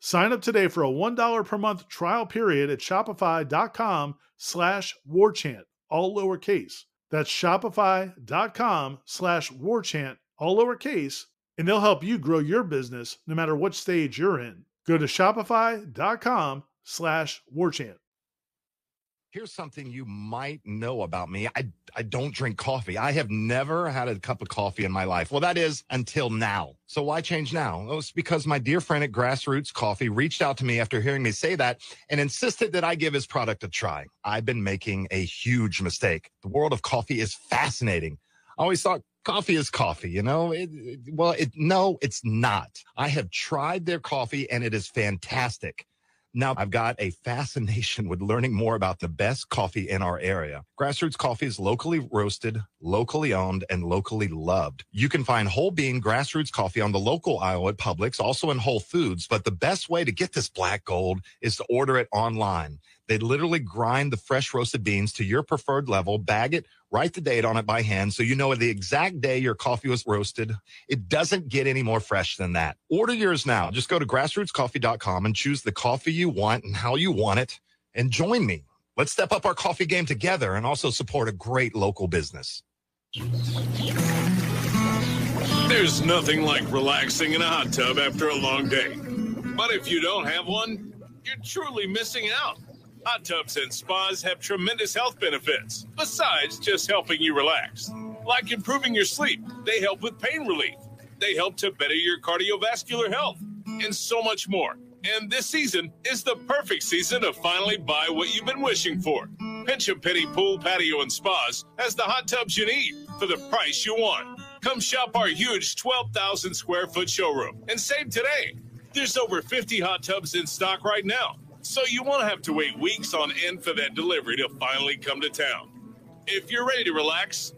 [SPEAKER 3] Sign up today for a $1 per month trial period at shopify.com slash warchant, all lowercase. That's shopify.com slash warchant, all lowercase, and they'll help you grow your business no matter what stage you're in. Go to shopify.com slash warchant.
[SPEAKER 5] Here's something you might know about me. I, I don't drink coffee. I have never had a cup of coffee in my life. Well, that is until now. So why change now? Well, it's because my dear friend at Grassroots Coffee reached out to me after hearing me say that and insisted that I give his product a try. I've been making a huge mistake. The world of coffee is fascinating. I always thought coffee is coffee, you know? It, it- well, it, no, it's not. I have tried their coffee and it is fantastic. Now I've got a fascination with learning more about the best coffee in our area. Grassroots coffee is locally roasted, locally owned, and locally loved. You can find whole bean grassroots coffee on the local aisle at Publix, also in Whole Foods. But the best way to get this black gold is to order it online. They literally grind the fresh roasted beans to your preferred level, bag it, write the date on it by hand so you know the exact day your coffee was roasted. It doesn't get any more fresh than that. Order yours now. Just go to grassrootscoffee.com and choose the coffee you want and how you want it and join me. Let's step up our coffee game together and also support a great local business.
[SPEAKER 6] There's nothing like relaxing in a hot tub after a long day. But if you don't have one, you're truly missing out. Hot tubs and spas have tremendous health benefits, besides just helping you relax. Like improving your sleep, they help with pain relief, they help to better your cardiovascular health, and so much more. And this season is the perfect season to finally buy what you've been wishing for. Pinch a Penny Pool, Patio, and Spas has the hot tubs you need for the price you want. Come shop our huge 12,000 square foot showroom and save today. There's over 50 hot tubs in stock right now, so you won't have to wait weeks on end for that delivery to finally come to town. If you're ready to relax,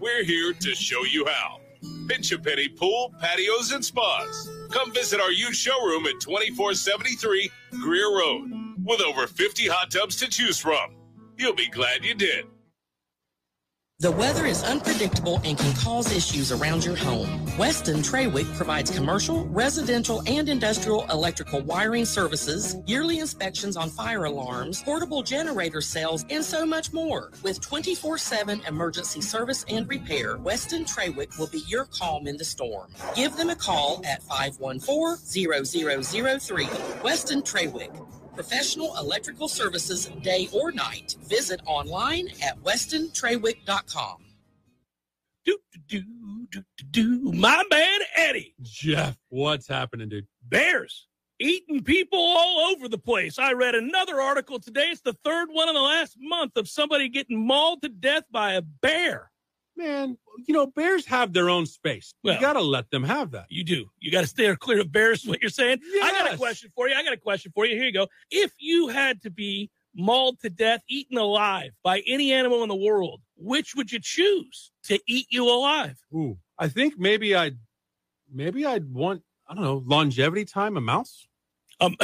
[SPEAKER 6] we're here to show you how. Pinch a Penny Pool, Patios, and Spas. Come visit our used showroom at 2473 Greer Road with over 50 hot tubs to choose from. You'll be glad you did.
[SPEAKER 7] The weather is unpredictable and can cause issues around your home. Weston Traywick provides commercial, residential, and industrial electrical wiring services, yearly inspections on fire alarms, portable generator sales, and so much more. With 24 7 emergency service and repair, Weston Traywick will be your calm in the storm. Give them a call at 514 0003. Weston Traywick. Professional electrical services day or night. Visit online at westontraywick.com.
[SPEAKER 1] Do, do, do, do, do. My man, Eddie.
[SPEAKER 8] Jeff, what's happening, dude?
[SPEAKER 1] Bears eating people all over the place. I read another article today. It's the third one in the last month of somebody getting mauled to death by a bear.
[SPEAKER 8] Man, you know, bears have their own space.
[SPEAKER 1] Well-
[SPEAKER 8] you got to let them have that.
[SPEAKER 1] You do. You got to steer clear of bears. is What you're saying? I got a
[SPEAKER 8] Yes.
[SPEAKER 1] question for you. I got a question for you. Here you go. If you had to be mauled to death, eaten alive by any animal in the world, which would you choose to eat you alive?
[SPEAKER 8] Ooh, I think maybe I'd, maybe I'd want, I don't know, longevity time, a mouse?
[SPEAKER 1] Um,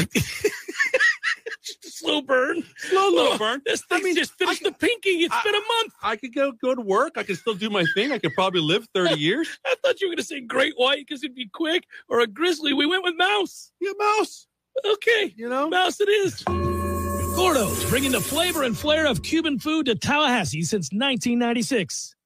[SPEAKER 1] slow burn.
[SPEAKER 8] Slow
[SPEAKER 1] Oh,
[SPEAKER 8] little burn.
[SPEAKER 1] This
[SPEAKER 8] I
[SPEAKER 1] thing
[SPEAKER 8] mean,
[SPEAKER 1] just finished
[SPEAKER 8] I-
[SPEAKER 1] the pinking. It's
[SPEAKER 8] I-
[SPEAKER 1] been a month.
[SPEAKER 8] I could go go to work. I could still do my thing. I could probably live 30 years.
[SPEAKER 1] I thought you were going to say great white because it'd be quick or a grizzly. We went with mouse.
[SPEAKER 8] Yeah, mouse,
[SPEAKER 1] Okay.
[SPEAKER 8] you know?
[SPEAKER 1] Mouse it is. Gordo's bringing the flavor and flair of Cuban food to Tallahassee since 1996.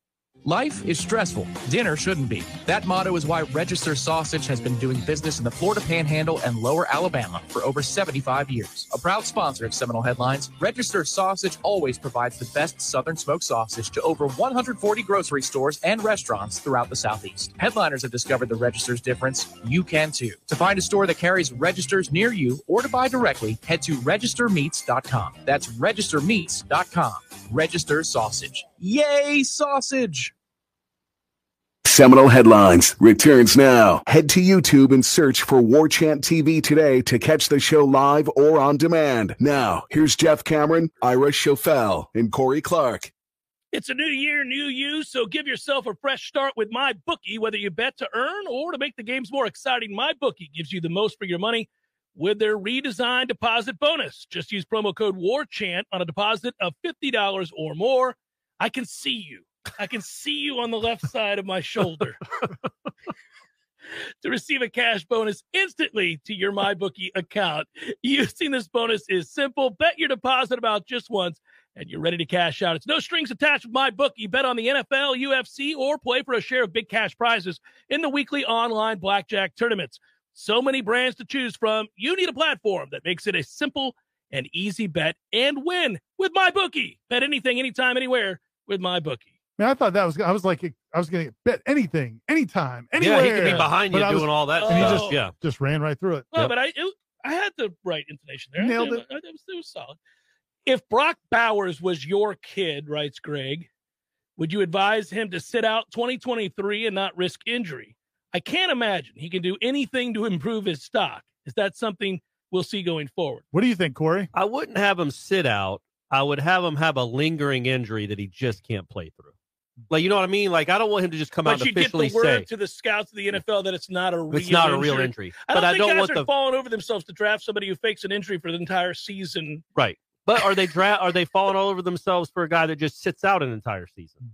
[SPEAKER 9] Life is stressful. Dinner shouldn't be. That motto is why Register Sausage has been doing business in the Florida Panhandle and Lower Alabama for over 75 years. A proud sponsor of Seminole Headlines, Register Sausage always provides the best Southern smoked sausage to over 140 grocery stores and restaurants throughout the Southeast. Headliners have discovered the Register's difference. You can too. To find a store that carries Registers near you or to buy directly, head to registermeats.com. That's registermeats.com. Register Sausage. Yay, sausage!
[SPEAKER 10] Seminal Headlines returns now. Head to YouTube and search for War Chant TV today to catch the show live or on demand. Now, here's Jeff Cameron, Ira Schofel, and Corey Clark.
[SPEAKER 1] It's a new year, new you, so give yourself a fresh start with my bookie. Whether you bet to earn or to make the games more exciting, my bookie gives you the most for your money with their redesigned deposit bonus. Just use promo code WARCHANT on a deposit of $50 or more. I can see you. I can see you on the left side of my shoulder. to receive a cash bonus instantly to your MyBookie account. Using this bonus is simple. Bet your deposit about just once and you're ready to cash out. It's no strings attached with my book. You bet on the NFL, UFC, or play for a share of big cash prizes in the weekly online blackjack tournaments. So many brands to choose from. You need a platform that makes it a simple and easy bet and win with with my bookie. Bet anything, anytime, anywhere with my bookie.
[SPEAKER 3] Man, I thought that was. I was like, I was going to bet anything, anytime,
[SPEAKER 2] Yeah,
[SPEAKER 3] anywhere.
[SPEAKER 2] he could be behind you
[SPEAKER 3] But I was-
[SPEAKER 2] doing all that.
[SPEAKER 1] Oh.
[SPEAKER 2] stuff.
[SPEAKER 3] just-
[SPEAKER 2] yeah.
[SPEAKER 3] Just ran right through it.
[SPEAKER 1] Well, but I it, I had the right intonation there. I
[SPEAKER 3] Nailed
[SPEAKER 1] did.
[SPEAKER 3] it.
[SPEAKER 1] I- that was, that was solid. If Brock Bowers was your kid, writes Greg, would you advise him to sit out 2023 and not risk injury? I can't imagine he can do anything to improve his stock. Is that something we'll see going forward?
[SPEAKER 3] What do you think, Corey?
[SPEAKER 2] I wouldn't have him sit out. I would have him have a lingering injury that he just can't play through. Like you know what I mean? Like I don't want him to just come out and
[SPEAKER 1] But you get
[SPEAKER 2] officially
[SPEAKER 1] the word
[SPEAKER 2] say
[SPEAKER 1] to the scouts of the NFL that it's not a real
[SPEAKER 2] it's not a real
[SPEAKER 1] injury.
[SPEAKER 2] injury.
[SPEAKER 1] I don't
[SPEAKER 2] but I
[SPEAKER 1] think
[SPEAKER 2] don't
[SPEAKER 1] guys
[SPEAKER 2] want
[SPEAKER 1] are
[SPEAKER 2] the
[SPEAKER 1] falling over themselves to draft somebody who fakes an injury for the entire season.
[SPEAKER 2] right. But are they dra- are they falling all over themselves for a guy that just sits out an entire season?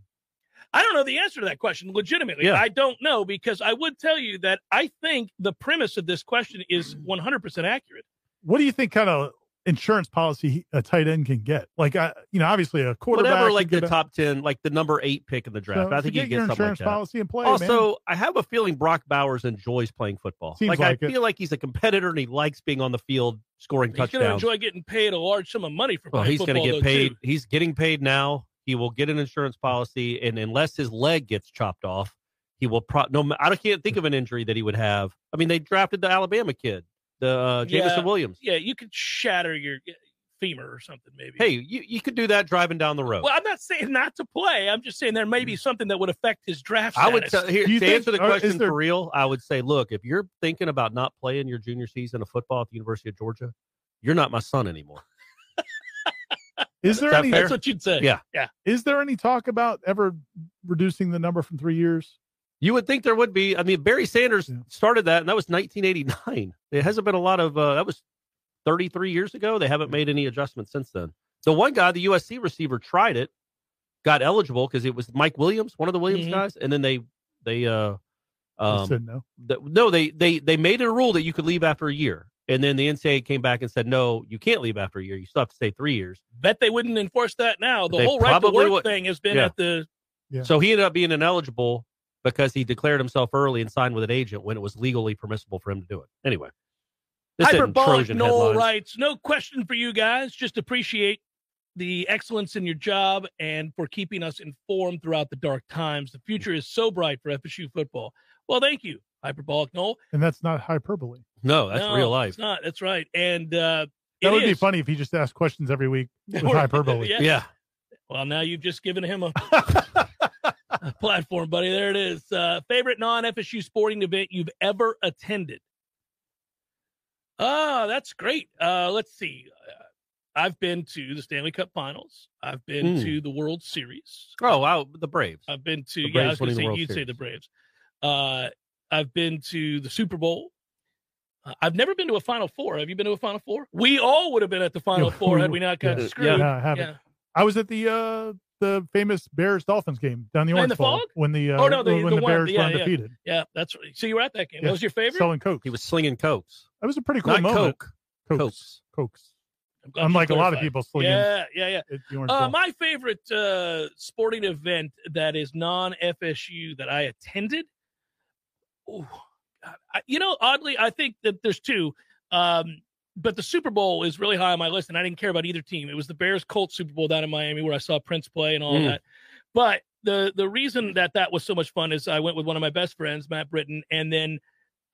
[SPEAKER 1] I don't know the answer to that question legitimately.
[SPEAKER 2] Yeah.
[SPEAKER 1] I don't know because I would tell you that I think the premise of this question is 100% accurate.
[SPEAKER 3] What do you think kind of insurance policy he- a tight end can get? Like, I, you know, obviously a quarterback.
[SPEAKER 2] Whatever,
[SPEAKER 3] could
[SPEAKER 2] like
[SPEAKER 3] get
[SPEAKER 2] the
[SPEAKER 3] a-
[SPEAKER 2] top ten, like the number eight pick in the
[SPEAKER 3] so
[SPEAKER 2] draft. I
[SPEAKER 3] to
[SPEAKER 2] think
[SPEAKER 3] get
[SPEAKER 2] he gets
[SPEAKER 3] your
[SPEAKER 2] something like
[SPEAKER 3] insurance
[SPEAKER 2] that.
[SPEAKER 3] policy in play. man.
[SPEAKER 2] also, I have a feeling Brock Bowers enjoys playing football.
[SPEAKER 3] Seems
[SPEAKER 2] like,
[SPEAKER 3] like
[SPEAKER 2] I
[SPEAKER 3] it.
[SPEAKER 2] feel like he's a competitor and he likes being on the field scoring
[SPEAKER 1] He's going to
[SPEAKER 2] touchdowns.
[SPEAKER 1] enjoy getting paid a large sum of money for
[SPEAKER 2] Well,
[SPEAKER 1] playing
[SPEAKER 2] he's going to
[SPEAKER 1] football,
[SPEAKER 2] get
[SPEAKER 1] though,
[SPEAKER 2] paid.
[SPEAKER 1] too.
[SPEAKER 2] He's getting paid now. He will get an insurance policy, and unless his leg gets chopped off, he will. Pro- no, ma- I can't think of an injury that he would have. I mean, they drafted the Alabama kid, the uh, Jamison
[SPEAKER 1] Yeah.
[SPEAKER 2] Williams.
[SPEAKER 1] Yeah, you could shatter your eh, femur or something maybe.
[SPEAKER 2] Hey, you, you could do that driving down the road.
[SPEAKER 1] well, I'm not saying not to play. I'm just saying there may be something that would affect his draft.
[SPEAKER 2] Mm. I would
[SPEAKER 1] status.
[SPEAKER 2] tell here
[SPEAKER 3] Do you
[SPEAKER 2] to
[SPEAKER 3] think-
[SPEAKER 2] answer the
[SPEAKER 3] or is
[SPEAKER 2] question
[SPEAKER 3] there-
[SPEAKER 2] for real. I would say, look, if you're thinking about not playing your junior season of football at the University of Georgia, you're not my son anymore.
[SPEAKER 3] is there
[SPEAKER 2] that
[SPEAKER 3] any
[SPEAKER 2] fair?
[SPEAKER 1] That's what you'd say.
[SPEAKER 2] Yeah.
[SPEAKER 1] Yeah.
[SPEAKER 3] is there any talk about ever reducing the number from three years?
[SPEAKER 2] You would think there would be. I mean, Barry Sanders
[SPEAKER 3] Yeah.
[SPEAKER 2] started that, and that was 1989. It hasn't been a lot of. Uh, that was 33 years ago. They haven't made any adjustments since then. The one guy, the USC receiver, tried it, got eligible because it was Mike Williams, one of the Williams
[SPEAKER 1] Mhm.
[SPEAKER 2] guys, and then they they uh
[SPEAKER 3] Mm-hmm. They
[SPEAKER 2] um
[SPEAKER 3] said no.
[SPEAKER 2] th- no they they they made it a rule that you could leave after a year, and then the NCAA came back and said no, you can't leave after a year. You still have to stay three years.
[SPEAKER 1] Bet they wouldn't enforce that now. The
[SPEAKER 2] They
[SPEAKER 1] whole right to
[SPEAKER 2] probably
[SPEAKER 1] work
[SPEAKER 2] would.
[SPEAKER 1] thing has been
[SPEAKER 2] Yeah.
[SPEAKER 1] at the
[SPEAKER 3] Yeah.
[SPEAKER 2] So he ended up being ineligible because he declared himself early and signed with an agent when it was legally permissible for him to do it. Anyway, this isn't
[SPEAKER 1] Hyperbolic
[SPEAKER 2] Trojan
[SPEAKER 1] Noel
[SPEAKER 2] headlines.
[SPEAKER 1] writes, no question for you guys. Just appreciate the excellence in your job and for keeping us informed throughout the dark times. The future is so bright for FSU football. Well, thank you, Hyperbolic Noel.
[SPEAKER 3] And that's not hyperbole.
[SPEAKER 2] No, Oh, that's
[SPEAKER 1] No,
[SPEAKER 2] real life.
[SPEAKER 1] It's not. That's right. And uh,
[SPEAKER 3] That
[SPEAKER 1] it
[SPEAKER 3] would be
[SPEAKER 1] is.
[SPEAKER 3] funny if he just asked questions every week with hyperbole.
[SPEAKER 1] Yeah.
[SPEAKER 2] Yeah.
[SPEAKER 1] Well, now you've just given him a, a platform, buddy. There it is. Uh, favorite non FSU sporting event you've ever attended? Ah, that's great. Uh, let's see. Uh, I've been to the Stanley Cup Finals. I've been
[SPEAKER 2] Hmm.
[SPEAKER 1] to the World Series.
[SPEAKER 2] Oh wow, the Braves.
[SPEAKER 1] I've been to
[SPEAKER 2] The
[SPEAKER 1] yeah. I
[SPEAKER 2] Braves
[SPEAKER 1] was gonna
[SPEAKER 2] winning the
[SPEAKER 1] say
[SPEAKER 2] World
[SPEAKER 1] you'd say
[SPEAKER 2] Series.
[SPEAKER 1] the Braves. Uh, I've been to the Super Bowl. Uh, I've never been to a Final Four. Have you been to a Final Four? We all would have been at the Final
[SPEAKER 3] Yeah,
[SPEAKER 1] Four
[SPEAKER 3] we
[SPEAKER 1] had we not
[SPEAKER 3] Yeah.
[SPEAKER 1] gotten
[SPEAKER 2] Yeah.
[SPEAKER 1] screwed.
[SPEAKER 3] Yeah, I haven't. I was at the uh the famous Bears Dolphins game down the
[SPEAKER 1] Oh, In
[SPEAKER 3] Orange
[SPEAKER 1] the
[SPEAKER 3] Bowl
[SPEAKER 1] fog?
[SPEAKER 3] when the uh,
[SPEAKER 1] Oh, no, the-
[SPEAKER 3] when
[SPEAKER 1] the
[SPEAKER 3] the,
[SPEAKER 1] one-
[SPEAKER 3] Bears
[SPEAKER 1] yeah,
[SPEAKER 3] were
[SPEAKER 1] yeah.
[SPEAKER 3] undefeated.
[SPEAKER 1] Yeah, that's right. So you were at that game.
[SPEAKER 3] Yeah.
[SPEAKER 1] That was your favorite.
[SPEAKER 3] Selling coke.
[SPEAKER 2] He was slinging cokes,
[SPEAKER 3] That was a pretty cool
[SPEAKER 2] not
[SPEAKER 3] moment.
[SPEAKER 2] coke,
[SPEAKER 3] Cokes.
[SPEAKER 2] cokes.
[SPEAKER 3] Cokes.
[SPEAKER 1] I'm glad you
[SPEAKER 3] Unlike a lot of
[SPEAKER 1] clarified.
[SPEAKER 3] people slinging
[SPEAKER 1] Yeah, yeah, yeah.
[SPEAKER 3] at the Orange
[SPEAKER 1] Uh,
[SPEAKER 3] Bowl.
[SPEAKER 1] my favorite uh, sporting event that is non FSU that I attended. Oh, God. I, you know, oddly, I think that there's two. Um, but the Super Bowl is really high on my list, and I didn't care about either team. It was the Bears Colts Super Bowl down in Miami where I saw Prince play and all
[SPEAKER 2] Mm.
[SPEAKER 1] that. But the the reason that that was so much fun is I went with one of my best friends, Matt Britton, and then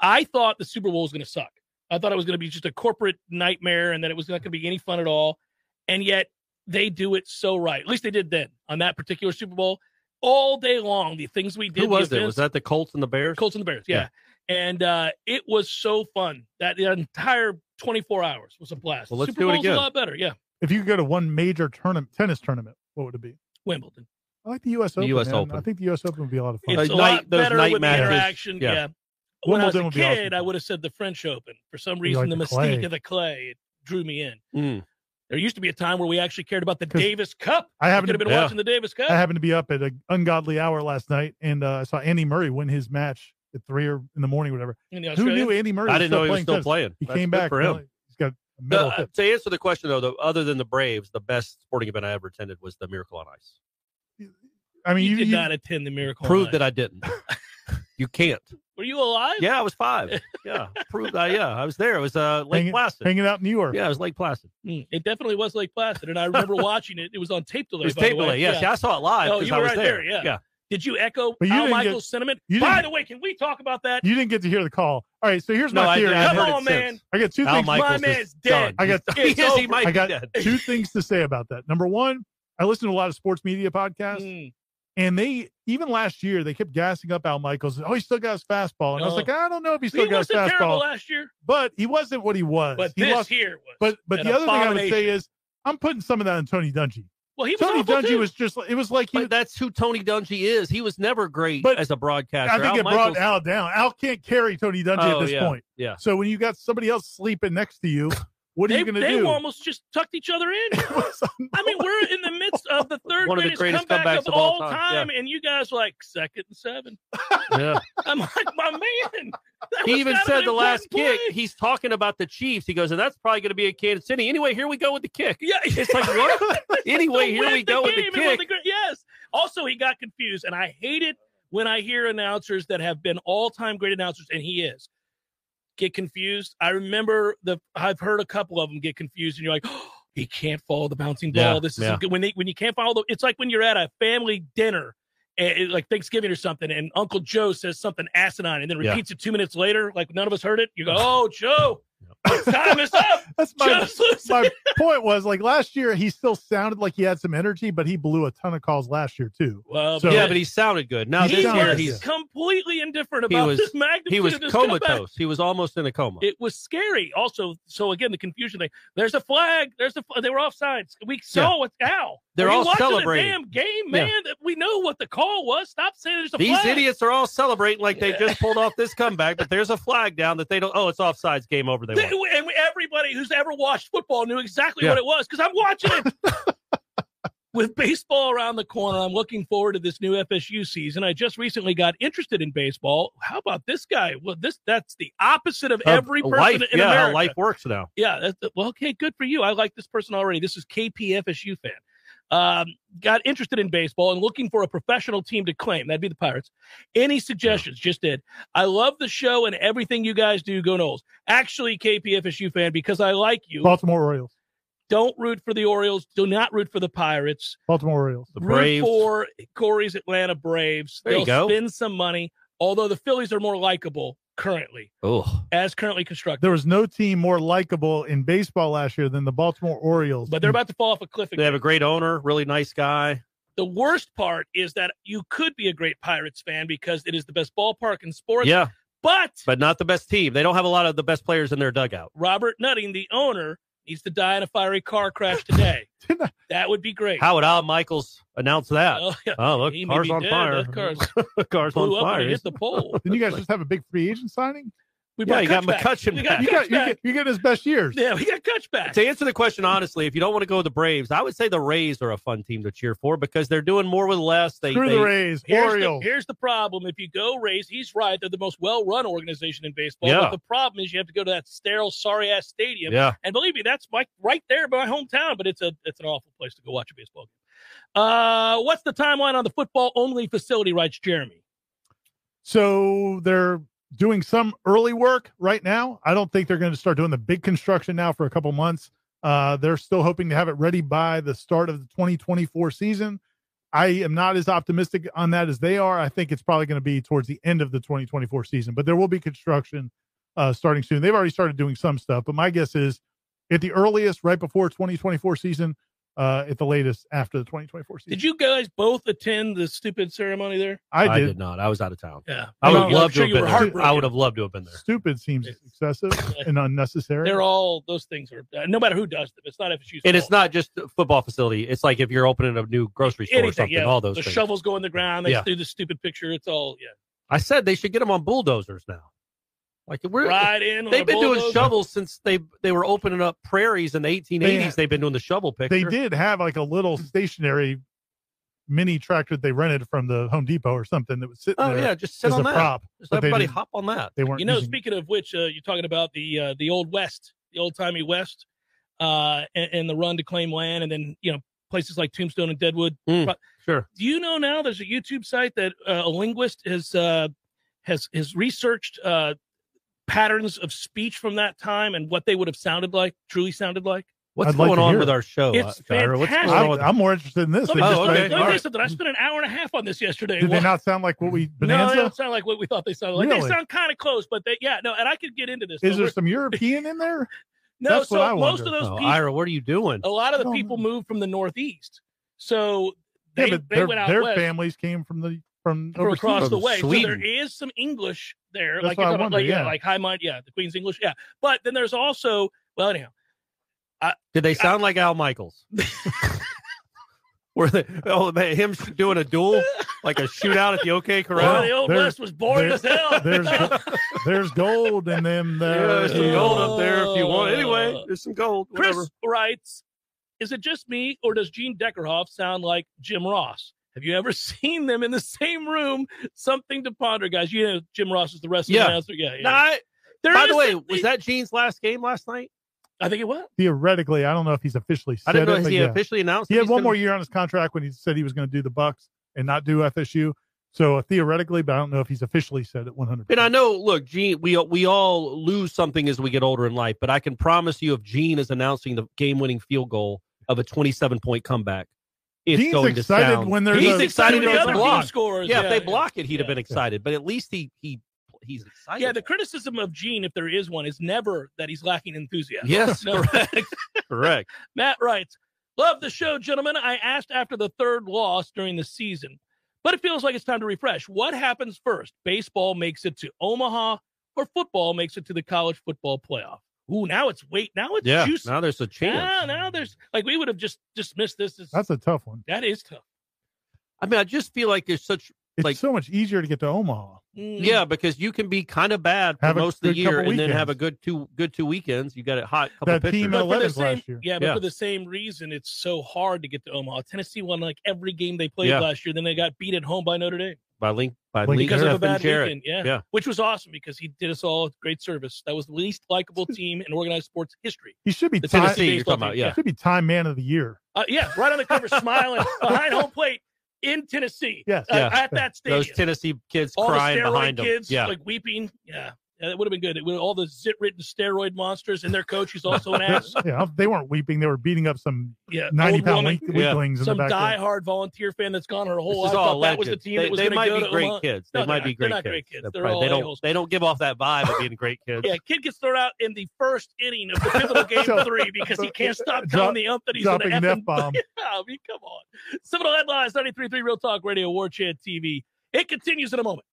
[SPEAKER 1] I thought the Super Bowl was going to suck. I thought it was going to be just a corporate nightmare and that it was not going to be any fun at all. And yet they do it so right. At least they did then on that particular Super Bowl. All day long, the things we
[SPEAKER 2] Who
[SPEAKER 1] did. the
[SPEAKER 2] was it? Was
[SPEAKER 1] events-
[SPEAKER 2] that the Colts and the Bears?
[SPEAKER 1] Colts and the Bears? Yeah. And uh, it was so fun. That the entire 24 hours was a blast.
[SPEAKER 2] Well, let's
[SPEAKER 1] Super
[SPEAKER 2] do it
[SPEAKER 1] Bowl's
[SPEAKER 2] again.
[SPEAKER 1] a lot better. Yeah.
[SPEAKER 3] if you could go to one major tournament tennis tournament, what would it be?
[SPEAKER 1] Wimbledon.
[SPEAKER 3] I like the US Open.
[SPEAKER 2] US
[SPEAKER 3] man.
[SPEAKER 2] Open.
[SPEAKER 3] I think the US Open would be a lot of fun.
[SPEAKER 1] It's
[SPEAKER 2] Like
[SPEAKER 1] a
[SPEAKER 2] night-
[SPEAKER 1] lot
[SPEAKER 2] those
[SPEAKER 1] better
[SPEAKER 2] night
[SPEAKER 1] with the
[SPEAKER 2] matches.
[SPEAKER 1] interaction.
[SPEAKER 2] Yeah.
[SPEAKER 1] Yeah. When I was
[SPEAKER 3] Wimbledon
[SPEAKER 1] a
[SPEAKER 3] would be awesome.
[SPEAKER 1] kid, I would have said the French Open. For some
[SPEAKER 3] You like
[SPEAKER 1] reason, the,
[SPEAKER 3] the
[SPEAKER 1] mystique
[SPEAKER 3] clay.
[SPEAKER 1] of the clay it drew me in.
[SPEAKER 2] Mm.
[SPEAKER 1] There used to be a time where we actually cared about the
[SPEAKER 3] 'Cause
[SPEAKER 1] Davis Cup.
[SPEAKER 3] I
[SPEAKER 1] I
[SPEAKER 3] haven't
[SPEAKER 1] could have been
[SPEAKER 2] yeah.
[SPEAKER 1] watching the Davis Cup.
[SPEAKER 3] I happened to be up at an ungodly hour last night, and uh, I saw Andy Murray win his match at three or in the morning, whatever.
[SPEAKER 1] in the
[SPEAKER 3] Who
[SPEAKER 1] Australian.
[SPEAKER 3] knew Andy Murray?
[SPEAKER 2] I didn't
[SPEAKER 3] still
[SPEAKER 2] know he was
[SPEAKER 3] playing
[SPEAKER 2] still
[SPEAKER 3] tennis?
[SPEAKER 2] playing.
[SPEAKER 3] He
[SPEAKER 2] That's
[SPEAKER 3] came
[SPEAKER 2] good
[SPEAKER 3] back
[SPEAKER 2] for
[SPEAKER 3] now
[SPEAKER 2] him.
[SPEAKER 3] He's got a
[SPEAKER 2] The- uh,
[SPEAKER 3] medal.
[SPEAKER 2] to answer the question though, the, other than the Braves, the best sporting event I ever attended was the Miracle on Ice.
[SPEAKER 3] I mean,
[SPEAKER 1] you,
[SPEAKER 3] you,
[SPEAKER 1] did
[SPEAKER 3] you-
[SPEAKER 1] not attend the miracle.
[SPEAKER 2] Prove
[SPEAKER 1] Lunch.
[SPEAKER 2] that I didn't. you can't.
[SPEAKER 1] Were you alive?
[SPEAKER 2] Yeah, I was five. Yeah, prove that. Yeah, I was there. It was uh, Lake
[SPEAKER 3] hanging,
[SPEAKER 2] Placid.
[SPEAKER 3] hanging out in New York.
[SPEAKER 2] Yeah, it was Lake Placid.
[SPEAKER 1] Mm, It definitely was Lake Placid, and I remember watching it. It was on tape delay.
[SPEAKER 2] It was
[SPEAKER 1] by the
[SPEAKER 2] tape
[SPEAKER 1] way.
[SPEAKER 2] delay. Yeah, see, I saw it live
[SPEAKER 1] No,
[SPEAKER 2] because
[SPEAKER 1] you
[SPEAKER 2] I
[SPEAKER 1] were
[SPEAKER 2] was
[SPEAKER 1] right
[SPEAKER 2] there.
[SPEAKER 1] there, yeah.
[SPEAKER 2] yeah.
[SPEAKER 1] Did you echo
[SPEAKER 3] But you
[SPEAKER 1] Al
[SPEAKER 3] didn't get-
[SPEAKER 1] Michael's sentiment?
[SPEAKER 3] you
[SPEAKER 1] By
[SPEAKER 3] didn't-
[SPEAKER 1] the way, can we talk about that?
[SPEAKER 3] You didn't get to hear the call. All right, so here's
[SPEAKER 2] No,
[SPEAKER 3] my
[SPEAKER 2] I,
[SPEAKER 3] theory.
[SPEAKER 2] I heard
[SPEAKER 1] Come
[SPEAKER 2] it
[SPEAKER 1] on,
[SPEAKER 2] since.
[SPEAKER 1] man.
[SPEAKER 3] I got two
[SPEAKER 2] Al
[SPEAKER 3] things.
[SPEAKER 1] Michael-
[SPEAKER 2] Michael's
[SPEAKER 1] My
[SPEAKER 2] is
[SPEAKER 1] man's dead.
[SPEAKER 2] done.
[SPEAKER 3] I got-
[SPEAKER 2] He
[SPEAKER 1] It's
[SPEAKER 2] is, he
[SPEAKER 1] over.
[SPEAKER 2] might
[SPEAKER 3] I
[SPEAKER 2] be
[SPEAKER 3] got
[SPEAKER 2] dead.
[SPEAKER 3] two things to say about that. Number one, I listen to a lot of sports media podcasts,
[SPEAKER 1] Mm,
[SPEAKER 3] and they even last year they kept gassing up Al Michaels. Oh, he still got his fastball, and I was
[SPEAKER 1] Oh.
[SPEAKER 3] like, I don't know if he still
[SPEAKER 1] He
[SPEAKER 3] got his
[SPEAKER 1] wasn't terrible
[SPEAKER 3] fastball,
[SPEAKER 1] last year,
[SPEAKER 3] but he wasn't what he was.
[SPEAKER 1] but
[SPEAKER 3] he
[SPEAKER 1] this
[SPEAKER 3] lost-
[SPEAKER 1] here was.
[SPEAKER 3] but but
[SPEAKER 1] an
[SPEAKER 3] the other thing I would say
[SPEAKER 1] abomination.
[SPEAKER 3] is I'm putting some of that on Tony Dungy.
[SPEAKER 1] well, he was
[SPEAKER 3] Tony
[SPEAKER 1] awful
[SPEAKER 3] Dungy
[SPEAKER 1] too.
[SPEAKER 3] was just like- it was like he.
[SPEAKER 2] But that's who Tony Dungy is. He was never great
[SPEAKER 3] But
[SPEAKER 2] as a broadcaster.
[SPEAKER 3] I think
[SPEAKER 2] Al
[SPEAKER 3] it
[SPEAKER 2] Michaels-
[SPEAKER 3] brought Al down. Al can't carry Tony Dungy
[SPEAKER 2] Oh,
[SPEAKER 3] at this
[SPEAKER 2] yeah,
[SPEAKER 3] point.
[SPEAKER 2] yeah.
[SPEAKER 3] So when you got somebody else sleeping next to you, what are
[SPEAKER 1] they
[SPEAKER 3] you going to
[SPEAKER 1] they
[SPEAKER 3] do?
[SPEAKER 1] almost just tucked each other in.
[SPEAKER 3] It was
[SPEAKER 1] I mean, we're in the midst of the third
[SPEAKER 2] One of the
[SPEAKER 1] greatest,
[SPEAKER 2] greatest
[SPEAKER 1] comeback
[SPEAKER 2] comebacks
[SPEAKER 1] of all time, and you guys like second and seven.
[SPEAKER 2] Yeah.
[SPEAKER 1] I'm like, my man. that was
[SPEAKER 2] He even
[SPEAKER 1] kind of an
[SPEAKER 2] said the last
[SPEAKER 1] important
[SPEAKER 2] kick.
[SPEAKER 1] play.
[SPEAKER 2] He's talking about the Chiefs. He goes, and that's probably going to be a Kansas City. Anyway, here we go with the kick.
[SPEAKER 1] Yeah,
[SPEAKER 2] It's like what? anyway,
[SPEAKER 1] to
[SPEAKER 2] here
[SPEAKER 1] win
[SPEAKER 2] we go with the
[SPEAKER 1] game and win
[SPEAKER 2] kick.
[SPEAKER 1] gra- yes. Also, he got confused, and I hate it when I hear announcers that have been all-time great announcers, and he is get confused. I remember the I've heard a couple of them get confused, and you're like, oh, he can't follow the bouncing ball.
[SPEAKER 2] Yeah,
[SPEAKER 1] this is
[SPEAKER 2] yeah.
[SPEAKER 1] good. when they when you can't follow the. It's like when you're at a family dinner. eh, eh, Like Thanksgiving or something, and Uncle Joe says something asinine, and then
[SPEAKER 2] Yeah.
[SPEAKER 1] repeats it two minutes later, like none of us heard it. You go, "Oh, Joe, it's time is up."
[SPEAKER 3] That's my
[SPEAKER 1] Joe's losing.
[SPEAKER 3] my point was like last year he still sounded like he had some energy, but he blew a ton of calls last year too.
[SPEAKER 1] Well,
[SPEAKER 3] So-
[SPEAKER 2] yeah, but he sounded good. Now
[SPEAKER 3] He
[SPEAKER 2] this year
[SPEAKER 3] was-
[SPEAKER 2] he's
[SPEAKER 1] completely indifferent
[SPEAKER 2] He
[SPEAKER 1] about
[SPEAKER 2] was-
[SPEAKER 1] this magnitude.
[SPEAKER 2] he was
[SPEAKER 1] of this comeback.
[SPEAKER 2] comatose. He was almost in a coma.
[SPEAKER 1] It was scary. Also, so again, the confusion thing. There's a flag. There's a. They were offsides. We saw it's Al.
[SPEAKER 2] They're
[SPEAKER 1] Are you
[SPEAKER 2] all
[SPEAKER 1] watching
[SPEAKER 2] celebrating.
[SPEAKER 1] The damn game,
[SPEAKER 2] Yeah.
[SPEAKER 1] man. That We know what the call was. Stop saying there's a
[SPEAKER 2] These
[SPEAKER 1] flag.
[SPEAKER 2] idiots are all celebrating like they
[SPEAKER 1] Yeah.
[SPEAKER 2] just pulled off this comeback, but there's a flag down that they don't. Oh, it's offsides. Game over. They
[SPEAKER 1] They-
[SPEAKER 2] won.
[SPEAKER 1] and everybody who's ever watched football knew exactly
[SPEAKER 2] Yeah.
[SPEAKER 1] what it was because I'm watching it. With baseball around the corner, I'm looking forward to this new FSU season. I just recently got interested in baseball. How about this guy? Well, this that's the opposite of,
[SPEAKER 2] Of
[SPEAKER 1] every person
[SPEAKER 2] Uh, life,
[SPEAKER 1] in
[SPEAKER 2] yeah, how
[SPEAKER 1] America.
[SPEAKER 2] life works now.
[SPEAKER 1] Yeah. That's, uh, well, okay. Good for you. I like this person already. This is KPFSU fan. Um, got interested in baseball and looking for a professional team to claim. That'd be the Pirates. Any suggestions? Just did. I love the show and everything you guys do. Go Knowles. Actually, KPFSU fan, because I like you.
[SPEAKER 3] Baltimore Orioles.
[SPEAKER 1] Don't root for the Orioles. Do not root for the Pirates.
[SPEAKER 3] Baltimore Orioles.
[SPEAKER 2] The
[SPEAKER 1] root
[SPEAKER 2] Braves.
[SPEAKER 1] for Corey's Atlanta Braves.
[SPEAKER 2] There you
[SPEAKER 1] They'll
[SPEAKER 2] go.
[SPEAKER 1] spend some money. Although the Phillies are more likable currently,
[SPEAKER 2] oh,
[SPEAKER 1] as currently constructed.
[SPEAKER 3] There was no team more likable in baseball last year than the Baltimore Orioles.
[SPEAKER 1] But they're about to fall off a cliff again.
[SPEAKER 2] they have a great owner, really nice guy.
[SPEAKER 1] The worst part is that you could be a great Pirates fan because it is the best ballpark in sports.
[SPEAKER 2] Yeah,
[SPEAKER 1] But
[SPEAKER 2] but not the best team. They don't have a lot of the best players in their dugout.
[SPEAKER 1] Robert Nutting, the owner, needs to die in a fiery car crash today.
[SPEAKER 3] Didn't I-
[SPEAKER 1] that would be great.
[SPEAKER 2] How would Al Michaels announce that?
[SPEAKER 1] Oh, yeah.
[SPEAKER 2] Oh, look,
[SPEAKER 1] He may
[SPEAKER 2] car's
[SPEAKER 1] be
[SPEAKER 2] on
[SPEAKER 1] dead.
[SPEAKER 2] fire.
[SPEAKER 1] That car's
[SPEAKER 2] car's on
[SPEAKER 1] blew up
[SPEAKER 2] fire.
[SPEAKER 1] and hit the pole.
[SPEAKER 3] Didn't you guys just have a big free agent signing?
[SPEAKER 1] We
[SPEAKER 2] Yeah,
[SPEAKER 1] brought
[SPEAKER 2] you got
[SPEAKER 1] Kutch back.
[SPEAKER 2] McCutcheon
[SPEAKER 1] We
[SPEAKER 2] back.
[SPEAKER 1] got
[SPEAKER 3] You got
[SPEAKER 1] Kutch
[SPEAKER 3] you
[SPEAKER 1] back.
[SPEAKER 3] get, you get his best years.
[SPEAKER 1] Yeah, we got Kutch back.
[SPEAKER 2] to answer the question honestly, if you don't want to go with the Braves, I would say the Rays are a fun team to cheer for because they're doing more with less. They,
[SPEAKER 3] Through
[SPEAKER 2] they-
[SPEAKER 3] the Rays,
[SPEAKER 1] Here's the,
[SPEAKER 3] Orioles.
[SPEAKER 1] here's the problem. If you go Rays, he's right. They're the most well-run organization in baseball.
[SPEAKER 2] Yeah.
[SPEAKER 1] But the problem is you have to go to that sterile, sorry-ass stadium.
[SPEAKER 2] yeah,
[SPEAKER 1] And believe me, that's my right there in my hometown, but it's a it's an awful place to go watch a baseball game. Uh, what's the timeline on the football only facility? Writes Jeremy.
[SPEAKER 3] So they're doing some early work right now. I don't think they're going to start doing the big construction now for a couple months. Uh, they're still hoping to have it ready by the start of the 2024 season. I am not as optimistic on that as they are. I think it's probably going to be towards the end of the 2024 season, but there will be construction uh, starting soon. They've already started doing some stuff, but my guess is at the earliest, right before 2024 season, uh, at the latest after the 2024 season.
[SPEAKER 1] Did you guys both attend the stupid ceremony there?
[SPEAKER 3] I did.
[SPEAKER 2] not. I was out of town.
[SPEAKER 1] Yeah,
[SPEAKER 2] I would
[SPEAKER 3] No,
[SPEAKER 2] have loved
[SPEAKER 1] sure
[SPEAKER 2] to
[SPEAKER 1] you
[SPEAKER 2] have been
[SPEAKER 1] were
[SPEAKER 2] there. I
[SPEAKER 1] heartbroken.
[SPEAKER 2] would have loved to have been there.
[SPEAKER 3] Stupid seems excessive and unnecessary.
[SPEAKER 1] They're all those things are uh, no matter who does them. It's not FSU's.
[SPEAKER 2] And it's
[SPEAKER 1] fault.
[SPEAKER 2] not just a football facility. It's like if you're opening a new grocery store or
[SPEAKER 1] anything.
[SPEAKER 2] something,
[SPEAKER 1] Yeah,
[SPEAKER 2] all those
[SPEAKER 1] the
[SPEAKER 2] things.
[SPEAKER 1] shovels go in the ground. They
[SPEAKER 2] Yeah.
[SPEAKER 1] do the stupid picture. It's all yeah.
[SPEAKER 2] I said they should get them on bulldozers now. Like we're
[SPEAKER 1] Right in. on a
[SPEAKER 2] they've been doing
[SPEAKER 1] bulldozer.
[SPEAKER 2] shovels since they they were opening up prairies in the 1880s.
[SPEAKER 3] They-
[SPEAKER 2] They've been doing the shovel picture.
[SPEAKER 3] they did have like a little stationary mini tractor they rented from the Home Depot or something that was sitting
[SPEAKER 2] Oh
[SPEAKER 3] there
[SPEAKER 2] yeah, just sit
[SPEAKER 3] as a
[SPEAKER 2] on that.
[SPEAKER 3] prop.
[SPEAKER 2] Just
[SPEAKER 3] but they
[SPEAKER 2] everybody
[SPEAKER 3] didn't-
[SPEAKER 2] hop on that.
[SPEAKER 3] They weren't.
[SPEAKER 1] You know,
[SPEAKER 3] using-
[SPEAKER 1] speaking of which, uh, you're talking about the uh, the old West, the old timey West, uh, and, and the run to claim land, and then you know places like Tombstone and Deadwood.
[SPEAKER 3] Mm,
[SPEAKER 1] But
[SPEAKER 2] sure.
[SPEAKER 1] do you know now there's a YouTube site that uh, a linguist has uh, has has researched uh, patterns of speech from that time and what they would have sounded like, truly sounded like?
[SPEAKER 2] What's
[SPEAKER 3] I'd like
[SPEAKER 2] going
[SPEAKER 3] to
[SPEAKER 2] on
[SPEAKER 3] hear
[SPEAKER 2] with
[SPEAKER 3] it.
[SPEAKER 2] our show, uh,
[SPEAKER 1] It's
[SPEAKER 2] Tyra? What's going
[SPEAKER 1] fantastic.
[SPEAKER 2] on with
[SPEAKER 3] I'm more interested in this. than
[SPEAKER 1] Let me, just,
[SPEAKER 3] just
[SPEAKER 1] let me
[SPEAKER 3] right-
[SPEAKER 1] tell you
[SPEAKER 3] all right.
[SPEAKER 1] something. I spent an hour and a half on this yesterday.
[SPEAKER 3] Did
[SPEAKER 1] Wow.
[SPEAKER 3] they not sound like what we
[SPEAKER 1] No,
[SPEAKER 3] Bonanza?
[SPEAKER 1] they don't sound like what we thought they sounded like. They
[SPEAKER 3] Really?
[SPEAKER 1] sound kind of close, but they yeah, no, and I could get into this.
[SPEAKER 3] Is
[SPEAKER 1] but
[SPEAKER 3] there
[SPEAKER 1] we're-
[SPEAKER 3] some European in there?
[SPEAKER 1] no,
[SPEAKER 3] That's
[SPEAKER 1] so
[SPEAKER 3] what I
[SPEAKER 1] most of
[SPEAKER 3] wonder.
[SPEAKER 1] those
[SPEAKER 2] Oh,
[SPEAKER 1] people Oh,
[SPEAKER 2] Ira, what are you doing?
[SPEAKER 1] a lot of the
[SPEAKER 3] No,
[SPEAKER 1] people moved from the northeast. So
[SPEAKER 3] Yeah,
[SPEAKER 1] they,
[SPEAKER 3] but
[SPEAKER 1] they
[SPEAKER 3] their,
[SPEAKER 1] went out
[SPEAKER 3] their
[SPEAKER 1] west
[SPEAKER 3] families came from the from,
[SPEAKER 1] from
[SPEAKER 3] overseas.
[SPEAKER 1] across the
[SPEAKER 2] From
[SPEAKER 1] way. So
[SPEAKER 2] Sweden.
[SPEAKER 1] there is some English there.
[SPEAKER 3] That's
[SPEAKER 1] like
[SPEAKER 3] what
[SPEAKER 1] you're
[SPEAKER 3] I
[SPEAKER 1] talking,
[SPEAKER 3] wonder,
[SPEAKER 1] like yeah,
[SPEAKER 3] yeah.
[SPEAKER 1] like high mind, yeah, the Queen's English. Yeah. But then there's also well anyhow,
[SPEAKER 2] Did they sound like Al Michaels? Were they oh, they- him doing a duel, like a shootout at the OK Corral?
[SPEAKER 1] well, the old
[SPEAKER 3] there's-
[SPEAKER 1] West was boring
[SPEAKER 3] there-
[SPEAKER 1] as hell.
[SPEAKER 3] There's go- there's gold in them
[SPEAKER 2] Yeah,
[SPEAKER 3] there.
[SPEAKER 2] there's some gold up there if you want. Anyway, there's some gold.
[SPEAKER 1] Chris
[SPEAKER 2] Whatever.
[SPEAKER 1] writes, "Is it just me, or does Gene Deckerhoff sound like Jim Ross? Have you ever seen them in the same room? Something to ponder, guys. You know, Jim Ross is the wrestling
[SPEAKER 2] Yeah.
[SPEAKER 1] announcer. Yeah, yeah.
[SPEAKER 2] Now, I-
[SPEAKER 1] There
[SPEAKER 2] by
[SPEAKER 1] is
[SPEAKER 2] the way,
[SPEAKER 1] a-
[SPEAKER 2] was that Gene's last game last night?
[SPEAKER 1] I think it was.
[SPEAKER 3] Theoretically, I don't know if he's officially said
[SPEAKER 2] I didn't know
[SPEAKER 3] it,
[SPEAKER 2] has
[SPEAKER 3] but
[SPEAKER 2] he
[SPEAKER 3] yeah.
[SPEAKER 2] officially announced.
[SPEAKER 3] he
[SPEAKER 2] that
[SPEAKER 3] had
[SPEAKER 2] he's
[SPEAKER 3] one
[SPEAKER 2] gonna-
[SPEAKER 3] more year on his contract when he said he was going to do the Bucks and not do FSU. So uh, theoretically, but I don't know if he's officially said it 100.
[SPEAKER 2] And I know, look, Gene, we we all lose something as we get older in life, but I can promise you, if Gene is announcing the game-winning field goal of a 27-point comeback, it's
[SPEAKER 3] Gene's
[SPEAKER 2] going
[SPEAKER 3] excited
[SPEAKER 2] to sound.
[SPEAKER 3] when there's
[SPEAKER 2] he's
[SPEAKER 3] a-
[SPEAKER 2] excited
[SPEAKER 1] The
[SPEAKER 2] if it's
[SPEAKER 1] other team
[SPEAKER 2] blocked.
[SPEAKER 1] scores.
[SPEAKER 2] Yeah, if they block it, he'd
[SPEAKER 1] Yeah.
[SPEAKER 2] have been excited. But at least he he he's excited.
[SPEAKER 1] Yeah, the criticism of Gene, if there is one, is never that he's lacking enthusiasm.
[SPEAKER 2] yes,
[SPEAKER 1] No.
[SPEAKER 2] correct, correct.
[SPEAKER 1] Matt writes, Love the show, gentlemen. I asked after the third loss during the season, but it feels like it's time to refresh. What happens first? Baseball makes it to Omaha or football makes it to the college football playoff? Ooh, now it's wait. Now it's
[SPEAKER 2] Yeah,
[SPEAKER 1] juicy.
[SPEAKER 2] now there's a chance.
[SPEAKER 1] Now, now there's like we would have just dismissed this as
[SPEAKER 3] That's a tough one.
[SPEAKER 1] that is tough.
[SPEAKER 2] I mean, I just feel like there's such
[SPEAKER 3] It's
[SPEAKER 2] Like-
[SPEAKER 3] so much easier to get to Omaha.
[SPEAKER 1] Mm.
[SPEAKER 2] yeah because you can be kind of bad for
[SPEAKER 3] Have a
[SPEAKER 2] most of the
[SPEAKER 3] good couple
[SPEAKER 2] year and then have
[SPEAKER 3] weekends.
[SPEAKER 2] a good two good two weekends. You got it hot couple
[SPEAKER 3] That
[SPEAKER 2] pitchers.
[SPEAKER 3] team at-
[SPEAKER 1] But for the
[SPEAKER 3] 11s
[SPEAKER 1] same-
[SPEAKER 3] last year.
[SPEAKER 1] Yeah, but
[SPEAKER 2] Yeah.
[SPEAKER 1] for the same reason, it's so hard to get to Omaha. Tennessee won like every game they played
[SPEAKER 2] Yeah.
[SPEAKER 1] last year. Then they got beat at home by Notre Dame
[SPEAKER 2] by Link by
[SPEAKER 3] Lincoln
[SPEAKER 2] Link
[SPEAKER 1] because of a
[SPEAKER 2] Stephen
[SPEAKER 1] bad
[SPEAKER 2] Jarrett.
[SPEAKER 1] weekend. Yeah.
[SPEAKER 2] Yeah.
[SPEAKER 1] which was awesome because he did us all great service. That was the least likable team in organized sports history.
[SPEAKER 3] He should be
[SPEAKER 2] The
[SPEAKER 3] time,
[SPEAKER 2] Tennessee you're talking about, yeah.
[SPEAKER 3] should be time man of the year.
[SPEAKER 1] Uh, yeah, right on the cover, smiling behind home plate in Tennessee.
[SPEAKER 3] Yes.
[SPEAKER 1] uh,
[SPEAKER 2] Yeah.
[SPEAKER 1] at that stadium.
[SPEAKER 2] Those Tennessee kids
[SPEAKER 1] all the
[SPEAKER 2] crying
[SPEAKER 1] steroid
[SPEAKER 2] behind them.
[SPEAKER 1] kids,
[SPEAKER 2] Yeah.
[SPEAKER 1] like weeping. Yeah. Yeah, that would have been good. It would, all the zit-ridden steroid monsters and their coach, who's also an ass.
[SPEAKER 3] Yeah, they weren't weeping; they were beating up some
[SPEAKER 1] Yeah,
[SPEAKER 3] ninety
[SPEAKER 1] old
[SPEAKER 3] pound
[SPEAKER 1] woman.
[SPEAKER 3] weak,
[SPEAKER 2] Yeah.
[SPEAKER 3] weaklings in
[SPEAKER 1] some
[SPEAKER 3] the back. there.
[SPEAKER 1] diehard volunteer fan that's gone her whole
[SPEAKER 2] this
[SPEAKER 1] life.
[SPEAKER 2] is all
[SPEAKER 1] thought that was the
[SPEAKER 2] legend.
[SPEAKER 1] team
[SPEAKER 2] they,
[SPEAKER 1] that was
[SPEAKER 2] they
[SPEAKER 1] going to
[SPEAKER 2] might
[SPEAKER 1] go
[SPEAKER 2] be
[SPEAKER 1] to
[SPEAKER 2] great
[SPEAKER 1] Omaha.
[SPEAKER 2] kids. They
[SPEAKER 1] No, they're
[SPEAKER 2] might
[SPEAKER 1] not-
[SPEAKER 2] be
[SPEAKER 1] they're
[SPEAKER 2] great
[SPEAKER 1] not
[SPEAKER 2] kids.
[SPEAKER 1] great kids.
[SPEAKER 2] They're
[SPEAKER 1] They're
[SPEAKER 2] probably-
[SPEAKER 1] all
[SPEAKER 2] they don't.
[SPEAKER 1] a-holes.
[SPEAKER 2] They don't give off that vibe of being great kids.
[SPEAKER 1] Yeah, kid gets thrown out in the first inning of the pivotal game
[SPEAKER 3] So-
[SPEAKER 1] three because he can't stop telling
[SPEAKER 3] Drop-
[SPEAKER 1] the ump that he's going to
[SPEAKER 3] dropping an
[SPEAKER 1] effing.
[SPEAKER 3] F-bomb.
[SPEAKER 1] Yeah, I mean, come on. Seminole headlines: 93.3 Real Talk Radio, War Chant TV. It continues in a moment.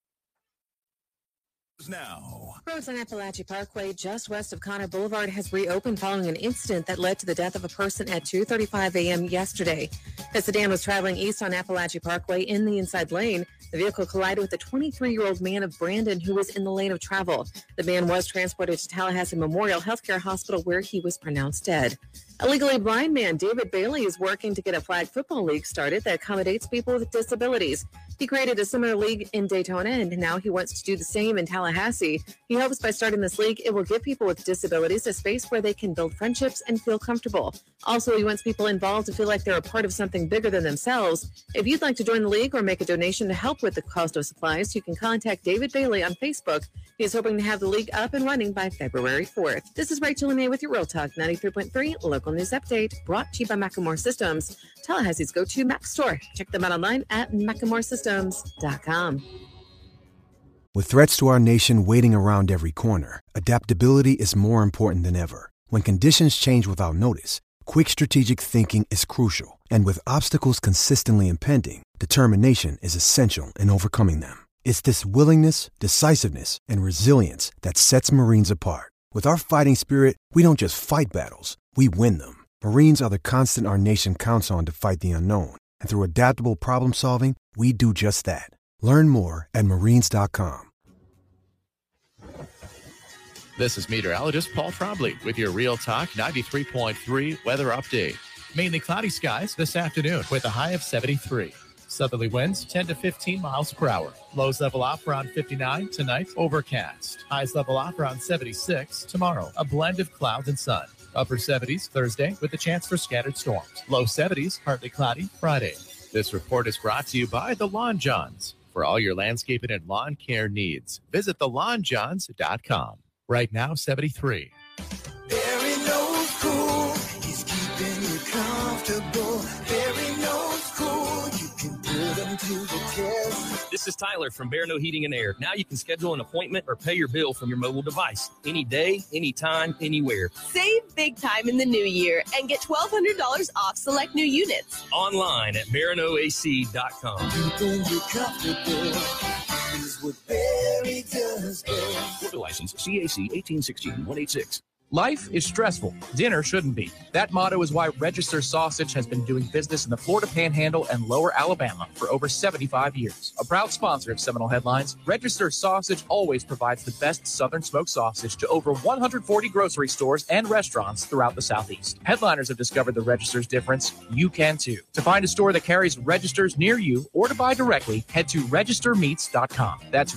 [SPEAKER 6] Now,
[SPEAKER 11] Roads on Appalachia Parkway, just west of Connor Boulevard, has reopened following an incident that led to the death of a person at 2:35 a.m. yesterday. The sedan was traveling east on Appalachia Parkway in the inside lane. The vehicle collided with a 23-year-old man of Brandon who was in the lane of travel. The man was transported to Tallahassee Memorial Healthcare Hospital, where he was pronounced dead. A legally blind man, David Bailey, is working to get a flag football league started that accommodates people with disabilities. He created a similar league in Daytona, and now he wants to do the same in Tallahassee. He hopes by starting this league, it will give people with disabilities a space where they can build friendships and feel comfortable. Also, he wants people involved to feel like they're a part of something bigger than themselves. If you'd like to join the league or make a donation to help with the cost of supplies, you can contact David Bailey on Facebook. He is hoping to have the league up and running by February 4th. This is Rachel Lemay with your Real Talk 93.3 local news update, brought to you by Macklemore Systems, Tallahassee's go-to Mac store. Check them out online at MaclemoreSystems.com.
[SPEAKER 12] With threats to our nation waiting around every corner, adaptability is more important than ever. When conditions change without notice, quick strategic thinking is crucial, and with obstacles consistently impending, determination is essential in overcoming them. It's this willingness, decisiveness, and resilience that sets Marines apart. With our fighting spirit, we don't just fight battles, we win them. Marines are the constant our nation counts on to fight the unknown, and through adaptable problem solving, we do just that. Learn more at marines.com.
[SPEAKER 9] This is meteorologist Paul Trombley with your Real Talk 93.3 weather update. Mainly cloudy skies this afternoon with a high of 73. Southerly winds 10 to 15 miles per hour. Lows level off around 59 tonight, overcast. Highs level off around 76 tomorrow. A blend of clouds and sun. Upper 70s Thursday with a chance for scattered storms. Low 70s, partly cloudy Friday. This report is brought to you by The Lawn Johns. For all your landscaping and lawn care needs, visit thelawnjohns.com. Right now, 73.
[SPEAKER 13] Barry knows cool. He's keeping you comfortable. Barry knows cool. You can put him to the test.
[SPEAKER 14] This is Tyler from Bear No Heating and Air. Now you can schedule an appointment or pay your bill from your mobile device any day, anytime, anywhere.
[SPEAKER 15] Save big time in the new year and get $1,200 off select new units.
[SPEAKER 14] Online at baranoac.com.
[SPEAKER 13] You're comfortable. Is what Barry does best.
[SPEAKER 9] License CAC 1816-186. Life is stressful. Dinner shouldn't be. That motto is why Register Sausage has been doing business in the Florida Panhandle and Lower Alabama for over 75 years. A proud sponsor of Seminole Headlines, Register Sausage always provides the best Southern smoked sausage to over 140 grocery stores and restaurants throughout the Southeast. Headliners have discovered the Register's difference. You can too. To find a store that carries Registers near you or to buy directly, head to registermeats.com. That's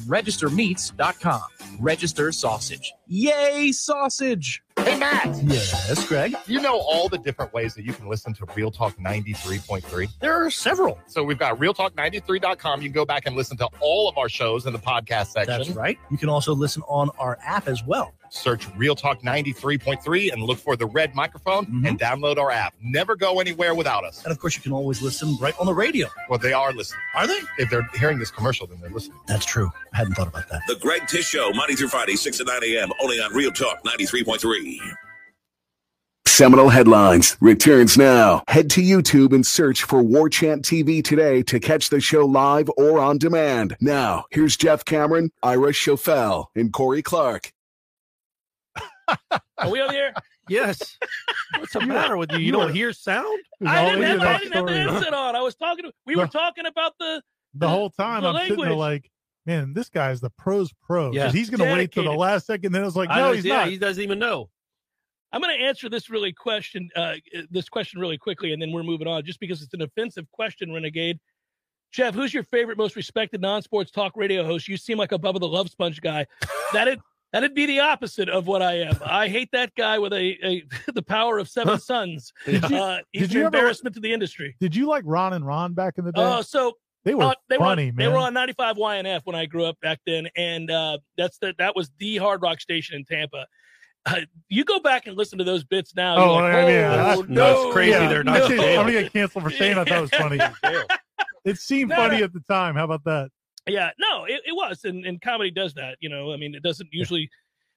[SPEAKER 9] registermeats.com. Register Sausage. Yay, sausage!
[SPEAKER 5] Hey, Matt.
[SPEAKER 9] Yes, Greg.
[SPEAKER 5] You know all the different ways that you can listen to Real Talk 93.3? There are several. So we've got realtalk93.com. You can go back and listen to all of our shows in the podcast section.
[SPEAKER 16] That's right. You can also listen on our app as well.
[SPEAKER 5] Search Real Talk 93.3 and look for the red microphone and download our app. Never go anywhere without us.
[SPEAKER 16] And of course, you can always listen right on the radio.
[SPEAKER 5] Well, they are listening.
[SPEAKER 16] Are they?
[SPEAKER 5] If they're hearing this commercial, then they're listening.
[SPEAKER 16] That's true. I hadn't thought about that.
[SPEAKER 6] The Greg Tish Show, Monday through Friday, 6 to 9 a.m., only on Real Talk 93.3.
[SPEAKER 10] Seminole Headlines returns now. Head to YouTube and search for War Chant TV today to catch the show live or on demand. Now, here's Jeff Cameron, Ira Schofel, and Corey Clark.
[SPEAKER 1] Are we on the air?
[SPEAKER 2] Yes. What's the matter with you? You
[SPEAKER 1] You
[SPEAKER 2] don't
[SPEAKER 1] are-
[SPEAKER 2] hear sound?
[SPEAKER 1] I didn't have, I didn't have the headset on. I was talking to. We were talking about the
[SPEAKER 3] the whole time
[SPEAKER 1] the
[SPEAKER 3] I'm sitting there
[SPEAKER 1] language.
[SPEAKER 3] like, man, this guy's the pros pro. 'cause
[SPEAKER 2] Yeah.
[SPEAKER 3] He's going to wait till the
[SPEAKER 2] Dedicated.
[SPEAKER 3] last second. Then it's like,
[SPEAKER 2] I
[SPEAKER 3] no,
[SPEAKER 2] was-
[SPEAKER 3] he's
[SPEAKER 2] yeah,
[SPEAKER 3] not.
[SPEAKER 2] He doesn't even know.
[SPEAKER 1] I'm going to answer this really question, uh, this question really quickly, and then we're moving on, just because it's an offensive question, renegade. Jeff, who's your favorite, most respected non-sports talk radio host? You seem like a Bubba the Love Sponge guy. That'd that'd be the opposite of what I am. I hate that guy with a, a the power of seven suns.
[SPEAKER 3] Did you-
[SPEAKER 1] uh, he's
[SPEAKER 3] did
[SPEAKER 1] an
[SPEAKER 3] you ever-
[SPEAKER 1] embarrassment to the industry.
[SPEAKER 3] Did you like Ron and Ron back in the day?
[SPEAKER 1] Oh, so
[SPEAKER 3] they were
[SPEAKER 1] uh, they
[SPEAKER 3] funny,
[SPEAKER 1] were,
[SPEAKER 3] man.
[SPEAKER 1] on- They were on 95 YNF when I grew up back then, and uh, that's the that was the hard rock station in Tampa. Uh, you go back and listen to those bits now.
[SPEAKER 3] Oh,
[SPEAKER 1] you're like,
[SPEAKER 3] I mean,
[SPEAKER 1] "Oh,
[SPEAKER 3] that's-
[SPEAKER 1] no,
[SPEAKER 3] that's crazy they're not
[SPEAKER 1] no."
[SPEAKER 3] in jail." I'm gonna get canceled for saying I thought it was funny. it seemed
[SPEAKER 1] No,
[SPEAKER 3] funny
[SPEAKER 1] no.
[SPEAKER 3] at the time. How about that?
[SPEAKER 1] Yeah, no, it, it was, and, and comedy does that. You know, I mean, it doesn't usually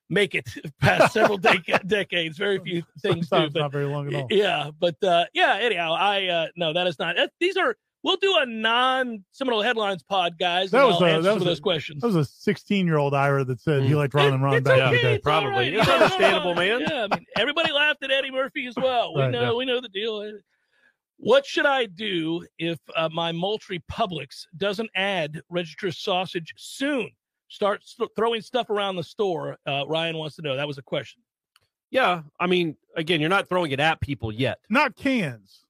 [SPEAKER 1] make it past several dec- decades. Very few things do,
[SPEAKER 3] Sometimes
[SPEAKER 1] but
[SPEAKER 3] not very long at all.
[SPEAKER 1] yeah, but uh, yeah. Anyhow, I uh, no, that is not. that- these are we'll do a non Seminole headlines pod, guys.
[SPEAKER 3] That
[SPEAKER 1] and
[SPEAKER 3] was
[SPEAKER 1] I'll
[SPEAKER 3] a-
[SPEAKER 1] answer
[SPEAKER 3] that
[SPEAKER 1] some
[SPEAKER 3] was
[SPEAKER 1] of
[SPEAKER 3] a-
[SPEAKER 1] those questions.
[SPEAKER 3] That was a 16 year old Ira that said he liked Ron and Ron
[SPEAKER 1] It's
[SPEAKER 3] back
[SPEAKER 1] okay,
[SPEAKER 3] in the day.
[SPEAKER 1] it's all right.
[SPEAKER 2] It's
[SPEAKER 1] You know,
[SPEAKER 2] understandable, man.
[SPEAKER 1] Yeah, I mean, everybody laughed at Eddie Murphy as well. We
[SPEAKER 2] Right,
[SPEAKER 1] know,
[SPEAKER 2] yeah.
[SPEAKER 1] we know the deal. What should I do if uh, my Moultrie Publix doesn't add register sausage soon? Start st- throwing stuff around the store. Uh, Ryan wants to know. That was a question.
[SPEAKER 2] Yeah. I mean, again, you're not throwing it at people yet.
[SPEAKER 3] Not cans,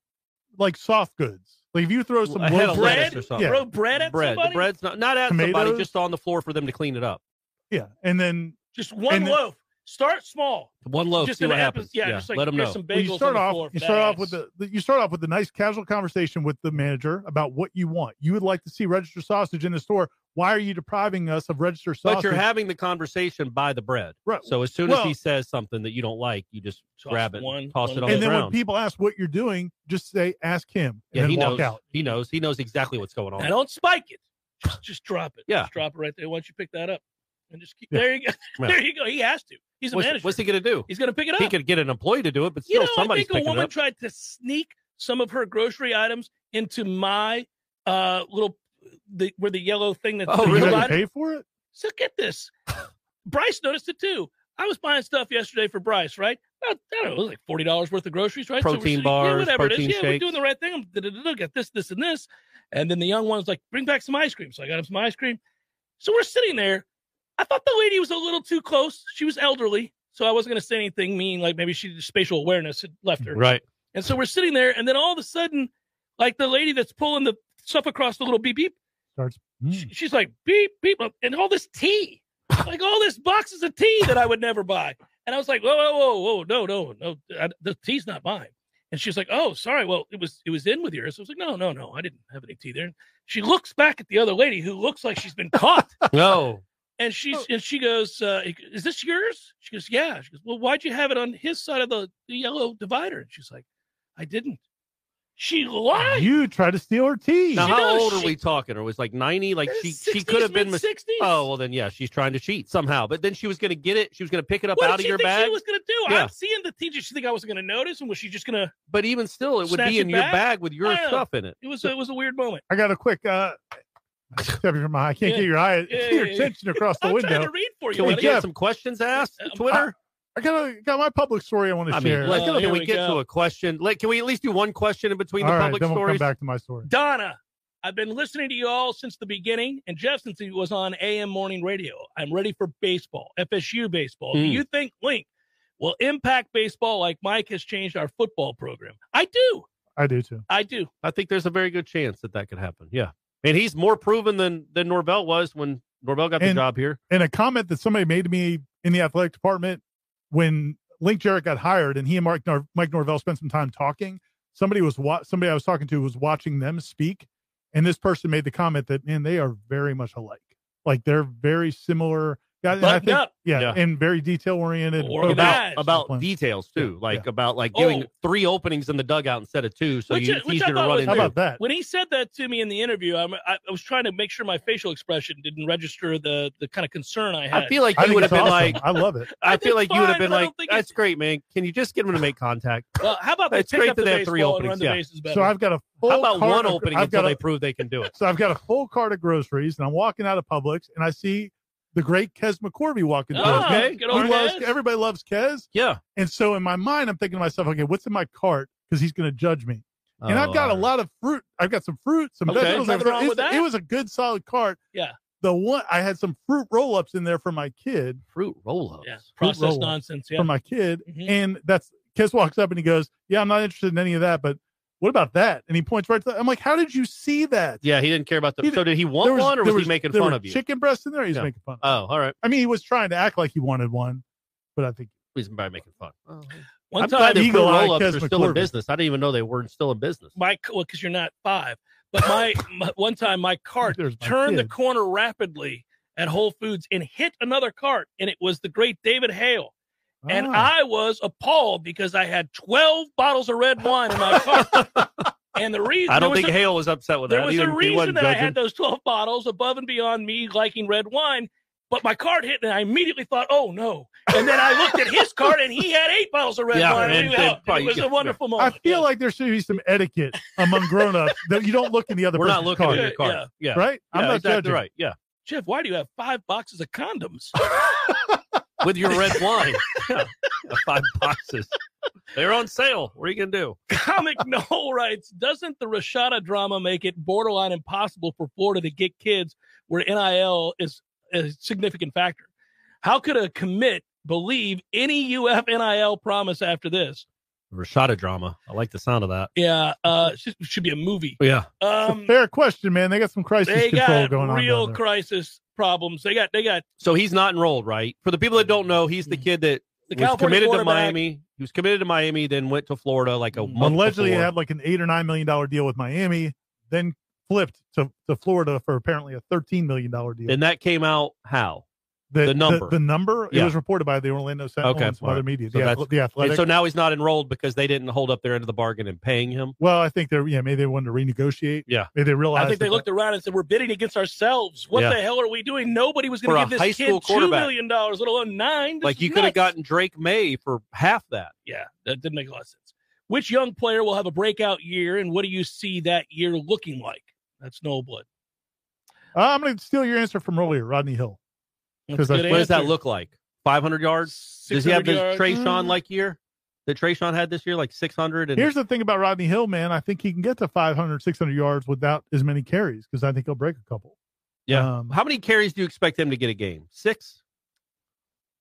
[SPEAKER 3] like soft goods. Like if you throw some
[SPEAKER 2] A head of
[SPEAKER 3] loaf
[SPEAKER 2] lettuce or something.
[SPEAKER 3] yeah,
[SPEAKER 1] bread at
[SPEAKER 2] bread.
[SPEAKER 1] somebody?
[SPEAKER 2] The bread's not, not at somebody,
[SPEAKER 3] Tomatoes?
[SPEAKER 2] just on the floor for them to clean it up.
[SPEAKER 3] yeah, and then
[SPEAKER 1] Just one
[SPEAKER 3] And-
[SPEAKER 1] loaf. Start small.
[SPEAKER 2] One loaf,
[SPEAKER 1] Just
[SPEAKER 2] see
[SPEAKER 1] an
[SPEAKER 2] what
[SPEAKER 1] apple-
[SPEAKER 2] happens.
[SPEAKER 1] yeah, just like
[SPEAKER 2] let them
[SPEAKER 1] here's
[SPEAKER 2] know.
[SPEAKER 1] some
[SPEAKER 3] Well, you
[SPEAKER 1] bagels
[SPEAKER 3] start
[SPEAKER 1] on the
[SPEAKER 3] off.
[SPEAKER 1] floor,
[SPEAKER 3] you start off
[SPEAKER 1] badass.
[SPEAKER 3] with the the- you start off with a nice casual conversation with the manager about what you want. You would like to see registered sausage in the store. Why are you depriving us of registered sausage?
[SPEAKER 2] But you're having the conversation by the bread.
[SPEAKER 3] Right.
[SPEAKER 2] So as soon as
[SPEAKER 3] Well-
[SPEAKER 2] he says something that you don't like, you just
[SPEAKER 1] Toss
[SPEAKER 2] grab it,
[SPEAKER 1] one-
[SPEAKER 2] toss
[SPEAKER 1] one
[SPEAKER 2] it on
[SPEAKER 3] and
[SPEAKER 2] the
[SPEAKER 3] then
[SPEAKER 2] ground.
[SPEAKER 3] when people ask what you're doing, just say ask him and
[SPEAKER 2] yeah,
[SPEAKER 3] then
[SPEAKER 2] he
[SPEAKER 3] walk
[SPEAKER 2] knows.
[SPEAKER 3] out.
[SPEAKER 2] He knows. He knows exactly what's going on.
[SPEAKER 1] Now don't spike it. Just, just drop
[SPEAKER 2] Oh.
[SPEAKER 1] it.
[SPEAKER 2] Yeah.
[SPEAKER 1] Just drop it right there. Why don't you pick that up? And just keep
[SPEAKER 2] Yeah.
[SPEAKER 1] there you go.
[SPEAKER 2] Yeah.
[SPEAKER 1] there you go. He has to. He's a
[SPEAKER 2] What's,
[SPEAKER 1] manager.
[SPEAKER 2] what's he going to do?
[SPEAKER 1] He's gonna pick it up.
[SPEAKER 2] He could get an employee to do it, but
[SPEAKER 1] you
[SPEAKER 2] still
[SPEAKER 1] know, I
[SPEAKER 2] somebody's
[SPEAKER 1] think a
[SPEAKER 2] picking it
[SPEAKER 1] woman
[SPEAKER 2] up.
[SPEAKER 1] tried to sneak some of her grocery items into my uh little the where the yellow thing that
[SPEAKER 2] Oh,
[SPEAKER 1] the
[SPEAKER 2] really?
[SPEAKER 3] You had to pay
[SPEAKER 1] divider-
[SPEAKER 3] for it?
[SPEAKER 1] So get this. Bryce noticed it too. I was buying stuff yesterday for Bryce, right? About, I don't know, it was like forty dollars worth of groceries, right?
[SPEAKER 2] Protein
[SPEAKER 1] sitting-
[SPEAKER 2] bars,
[SPEAKER 1] yeah, whatever
[SPEAKER 2] protein
[SPEAKER 1] it is. Yeah, we're
[SPEAKER 2] shakes.
[SPEAKER 1] doing the right thing. I'm da-da-da-da, got this, this, and this. And then the young one's like, "Bring back some ice cream." So I got him some ice cream. So we're sitting there. I thought the lady was a little too close. She was elderly, so I wasn't going to say anything mean. Like maybe she spatial awareness had left her.
[SPEAKER 2] Right.
[SPEAKER 1] And so we're sitting there, and then all of a sudden, like the lady that's pulling the stuff across the little beep beep
[SPEAKER 3] Starts.
[SPEAKER 1] she- she's uh, like beep beep and all this tea like all this boxes of tea that i would never buy And I was like, whoa, whoa, whoa, whoa, no, no, no, I, the tea's not mine. And she's like, oh, sorry. Well, it was it was in with yours. I was like, no, no, no, I didn't have any tea there. She looks back at the other lady who looks like she's been caught.
[SPEAKER 2] No.
[SPEAKER 1] And she's and she goes, uh, "Is this yours?" She goes, "Yeah." She goes, "Well, why'd you have it on his side of the, the yellow divider?" And she's like, "I didn't." She lied.
[SPEAKER 3] You tried to steal her tea.
[SPEAKER 2] Now,
[SPEAKER 1] You
[SPEAKER 2] how
[SPEAKER 1] know,
[SPEAKER 2] old are
[SPEAKER 1] she-
[SPEAKER 2] we talking? Or was like ninety? Like she, she
[SPEAKER 1] 60s,
[SPEAKER 2] could have been mis-
[SPEAKER 1] mid-sixties.
[SPEAKER 2] Oh well, then yeah, she's trying to cheat somehow. But then she was going to get it. She was going to pick it up
[SPEAKER 1] what did
[SPEAKER 2] out of
[SPEAKER 1] she
[SPEAKER 2] your
[SPEAKER 1] think
[SPEAKER 2] bag.
[SPEAKER 1] she was gonna do?
[SPEAKER 2] Yeah.
[SPEAKER 1] I'm seeing the teacher. She think I was gonna notice, and was she just gonna?
[SPEAKER 2] But even still, it would
[SPEAKER 1] snatch
[SPEAKER 2] be
[SPEAKER 1] it
[SPEAKER 2] in your bag with your
[SPEAKER 1] I know.
[SPEAKER 2] stuff in it.
[SPEAKER 1] It was it was a weird moment.
[SPEAKER 3] I got a quick. uh Step your mind. I can't
[SPEAKER 1] Yeah.
[SPEAKER 3] get your eye,
[SPEAKER 1] Yeah,
[SPEAKER 3] your
[SPEAKER 1] yeah, yeah.
[SPEAKER 3] attention across the
[SPEAKER 1] I'm
[SPEAKER 3] window.
[SPEAKER 1] trying to read for you.
[SPEAKER 3] Can we
[SPEAKER 1] buddy. um,
[SPEAKER 3] get
[SPEAKER 2] Some questions asked. Twitter.
[SPEAKER 3] I got a, got my public story I want to
[SPEAKER 2] I
[SPEAKER 3] share.
[SPEAKER 2] mean,
[SPEAKER 1] Oh,
[SPEAKER 2] let- can we get to a question? Like, can we at least do one question in between
[SPEAKER 3] All
[SPEAKER 2] the
[SPEAKER 3] right,
[SPEAKER 2] public
[SPEAKER 3] then we'll
[SPEAKER 2] stories?
[SPEAKER 3] come back to my story.
[SPEAKER 1] Donna, I've been listening to you all since the beginning, and Jeff since he was on AM morning radio. I'm ready for baseball, FSU baseball. Do
[SPEAKER 2] Hmm.
[SPEAKER 1] you think Link will impact baseball like Mike has changed our football program? I do.
[SPEAKER 3] I do too.
[SPEAKER 1] I do.
[SPEAKER 2] I think there's a very good chance that that could happen. Yeah, and he's more proven than than Norvell was when Norvell got the
[SPEAKER 3] And-
[SPEAKER 2] job here.
[SPEAKER 3] And a comment that somebody made to me in the athletic department when Link Jarrett got hired, and he and Mark Nor- Mike Norvell spent some time talking. Somebody was wa- somebody I was talking to was watching them speak, and this person made the comment that man, they are very much alike. Like they're very similar. Yeah, and I
[SPEAKER 2] Buttoned
[SPEAKER 3] think-
[SPEAKER 2] up.
[SPEAKER 3] yeah,
[SPEAKER 2] Yeah.
[SPEAKER 3] and very detail oriented.
[SPEAKER 2] about about details too, like about like giving
[SPEAKER 1] Oh.
[SPEAKER 2] three openings in the dugout instead of two, so you, it's
[SPEAKER 1] which I
[SPEAKER 2] easier to
[SPEAKER 1] thought
[SPEAKER 2] run
[SPEAKER 1] was
[SPEAKER 2] into.
[SPEAKER 1] good. When he said that to me in the interview, I'm, I, I was trying to make sure my facial expression didn't register the the kind of concern I had.
[SPEAKER 2] I feel like you would have been like,
[SPEAKER 3] I love it.
[SPEAKER 2] I, feel
[SPEAKER 1] I think
[SPEAKER 2] like you would have
[SPEAKER 1] fine,
[SPEAKER 2] been
[SPEAKER 1] but I don't
[SPEAKER 2] like, that's great, man. Can you just get him to make contact?
[SPEAKER 1] Well, how about they
[SPEAKER 2] It's
[SPEAKER 1] pick
[SPEAKER 2] great
[SPEAKER 1] up
[SPEAKER 2] that
[SPEAKER 1] the
[SPEAKER 2] they have three
[SPEAKER 1] baseball and
[SPEAKER 2] openings,
[SPEAKER 1] run the
[SPEAKER 2] yeah.
[SPEAKER 1] bases better?
[SPEAKER 3] So I've got a full.
[SPEAKER 2] How about
[SPEAKER 3] cart
[SPEAKER 2] one
[SPEAKER 3] of-
[SPEAKER 2] opening
[SPEAKER 3] I've
[SPEAKER 2] until
[SPEAKER 3] got a-
[SPEAKER 2] they prove they can do it?
[SPEAKER 3] So I've got a full cart of groceries, and I'm walking out of Publix, and I see the great Kes McCorvey walking through.
[SPEAKER 2] Oh, okay.
[SPEAKER 3] He-
[SPEAKER 2] Good
[SPEAKER 3] he
[SPEAKER 2] old
[SPEAKER 3] loves-
[SPEAKER 2] Kes.
[SPEAKER 3] everybody loves Kes.
[SPEAKER 2] Yeah.
[SPEAKER 3] And so in my mind, I'm thinking to myself, okay, what's in my cart? Because he's going to judge me. And I've
[SPEAKER 2] Oh,
[SPEAKER 3] got a lot of fruit. I've got some fruit, some
[SPEAKER 2] Okay.
[SPEAKER 3] vegetables.
[SPEAKER 2] Nothing
[SPEAKER 3] I've-
[SPEAKER 2] wrong with
[SPEAKER 3] it's-
[SPEAKER 2] that.
[SPEAKER 3] It was a good, solid cart.
[SPEAKER 1] Yeah.
[SPEAKER 3] The one I had some fruit roll-ups in there for my kid.
[SPEAKER 2] Fruit roll-ups.
[SPEAKER 1] Yeah,
[SPEAKER 3] Fruit
[SPEAKER 1] processed
[SPEAKER 3] roll-ups
[SPEAKER 1] nonsense, yeah.
[SPEAKER 3] For my kid,
[SPEAKER 1] Mhm.
[SPEAKER 3] and that's Kes walks up and he goes, "Yeah, I'm not interested in any of that, but what about that?" And he points right to. that. I'm like, "How did you see that?"
[SPEAKER 2] Yeah, he didn't care about the.
[SPEAKER 3] He-
[SPEAKER 2] so did he want
[SPEAKER 3] there was-
[SPEAKER 2] one, or
[SPEAKER 3] there
[SPEAKER 2] was, he making
[SPEAKER 3] there
[SPEAKER 2] fun
[SPEAKER 3] were
[SPEAKER 2] of you?
[SPEAKER 3] Chicken breast in there. He's
[SPEAKER 2] Yeah.
[SPEAKER 3] making fun.
[SPEAKER 2] Oh, all right.
[SPEAKER 3] I mean, he was trying to act like he wanted one, but I think
[SPEAKER 2] He's by making fun.
[SPEAKER 1] One
[SPEAKER 2] I'm
[SPEAKER 1] time-
[SPEAKER 2] glad that fruit
[SPEAKER 3] Eagle-eyed
[SPEAKER 2] roll-ups
[SPEAKER 3] Kes
[SPEAKER 2] are still in
[SPEAKER 3] McCorvey.
[SPEAKER 2] business. I didn't even know they weren't still in business.
[SPEAKER 1] my well because you're not five but my, my one time my cart
[SPEAKER 3] my
[SPEAKER 1] turned the
[SPEAKER 3] kid.
[SPEAKER 1] corner rapidly at whole foods and hit another cart and it was the great david hale and
[SPEAKER 3] Ah.
[SPEAKER 1] i was appalled because i had 12 bottles of red wine in my cart and the reason
[SPEAKER 2] I
[SPEAKER 1] there
[SPEAKER 2] don't
[SPEAKER 1] was
[SPEAKER 2] think
[SPEAKER 1] a-
[SPEAKER 2] Hale was upset with
[SPEAKER 1] there
[SPEAKER 2] that.
[SPEAKER 1] was
[SPEAKER 2] He
[SPEAKER 1] a
[SPEAKER 2] didn't- he
[SPEAKER 1] reason
[SPEAKER 2] wasn't
[SPEAKER 1] that i
[SPEAKER 2] judging.
[SPEAKER 1] had those 12 bottles above and beyond me liking red wine but my cart hit and i immediately thought oh no and then i looked at his cart and he had eight bottles of red
[SPEAKER 2] Yeah,
[SPEAKER 1] wine
[SPEAKER 2] and
[SPEAKER 1] and we
[SPEAKER 2] they
[SPEAKER 1] out.
[SPEAKER 2] probably
[SPEAKER 1] it was
[SPEAKER 2] get-
[SPEAKER 1] a wonderful
[SPEAKER 3] I
[SPEAKER 1] moment
[SPEAKER 3] feel like there should be some etiquette among grown-ups that you don't look in the other
[SPEAKER 2] We're not
[SPEAKER 3] person's
[SPEAKER 2] looking
[SPEAKER 3] car.
[SPEAKER 2] at your card. Yeah,
[SPEAKER 3] Right? I'm
[SPEAKER 2] Yeah,
[SPEAKER 3] not
[SPEAKER 2] exactly
[SPEAKER 3] judging.
[SPEAKER 2] right. Yeah,
[SPEAKER 1] Jeff, why do you have five boxes of condoms?
[SPEAKER 2] with your red wine, Yeah. five boxes. They're on sale. What are you gonna do?
[SPEAKER 1] Comic Noel writes, doesn't the Rashada drama make it borderline impossible for Florida to get kids where NIL is a significant factor? How could a commit believe any UF NIL promise after this?
[SPEAKER 2] Rashada drama. I like the sound of that.
[SPEAKER 1] Yeah, uh, should, should be a movie.
[SPEAKER 2] Yeah.
[SPEAKER 1] Um,
[SPEAKER 3] Fair question, man. They got some crisis
[SPEAKER 1] they
[SPEAKER 3] control
[SPEAKER 1] got
[SPEAKER 3] going on. down
[SPEAKER 1] real
[SPEAKER 3] there.
[SPEAKER 1] crisis problems. They got they got Mm-hmm.
[SPEAKER 2] So he's not enrolled, right? For the people that don't know, he's the kid that
[SPEAKER 1] The
[SPEAKER 2] was
[SPEAKER 1] California
[SPEAKER 2] committed to
[SPEAKER 1] quarterback.
[SPEAKER 2] Miami. He was committed to Miami, then went to Florida like a month
[SPEAKER 3] Mm-hmm. Allegedly,
[SPEAKER 2] before.
[SPEAKER 3] had like an eight or nine million dollar deal with Miami, then flipped to, to Florida for apparently a thirteen million dollar deal.
[SPEAKER 2] and that came out how
[SPEAKER 3] the,
[SPEAKER 2] number.
[SPEAKER 3] the, number, it
[SPEAKER 2] Yeah.
[SPEAKER 3] was reported by the Orlando Sentinel
[SPEAKER 2] okay
[SPEAKER 3] and some
[SPEAKER 2] all
[SPEAKER 3] other
[SPEAKER 2] right.
[SPEAKER 3] media.
[SPEAKER 2] So
[SPEAKER 3] the,
[SPEAKER 2] that's-
[SPEAKER 3] ath- the
[SPEAKER 2] and
[SPEAKER 3] athletic.
[SPEAKER 2] so now he's not enrolled because they didn't hold up their end of the bargain in paying him.
[SPEAKER 3] well, I think they're yeah, maybe they wanted to renegotiate.
[SPEAKER 2] Yeah.
[SPEAKER 3] maybe they
[SPEAKER 1] I
[SPEAKER 3] realized.
[SPEAKER 1] think they
[SPEAKER 3] that-
[SPEAKER 1] looked around and said, "We're bidding against ourselves. What
[SPEAKER 2] Yeah.
[SPEAKER 1] the hell are we doing? Nobody was going
[SPEAKER 2] For
[SPEAKER 1] to
[SPEAKER 2] a
[SPEAKER 1] give
[SPEAKER 2] high
[SPEAKER 1] this
[SPEAKER 2] school
[SPEAKER 1] kid two
[SPEAKER 2] quarterback.
[SPEAKER 1] million dollars, let alone nine. This
[SPEAKER 2] Like
[SPEAKER 1] is
[SPEAKER 2] you could have
[SPEAKER 1] nuts.
[SPEAKER 2] gotten Drake May for half that.
[SPEAKER 1] yeah, that didn't make a lot of sense. Which young player will have a breakout year, and what do you see that year looking like? That's Noel Blood.
[SPEAKER 3] Uh, I'm going to steal your answer from earlier, Rodney Hill.
[SPEAKER 1] That's
[SPEAKER 3] 'Cause I-
[SPEAKER 1] a good
[SPEAKER 2] What does that
[SPEAKER 1] answer.
[SPEAKER 2] look like? Five hundred yards? Does he have
[SPEAKER 1] 600
[SPEAKER 2] the
[SPEAKER 1] yards? Mm.
[SPEAKER 2] Trayshawn like year? That Trayshawn had this year, like six hundred and
[SPEAKER 3] Here's the thing about Rodney Hill, man. I think he can get to 500, 600 yards without as many carries because I think he'll break a couple.
[SPEAKER 2] yeah.
[SPEAKER 3] um,
[SPEAKER 2] How many carries do you expect him to get a game? Six?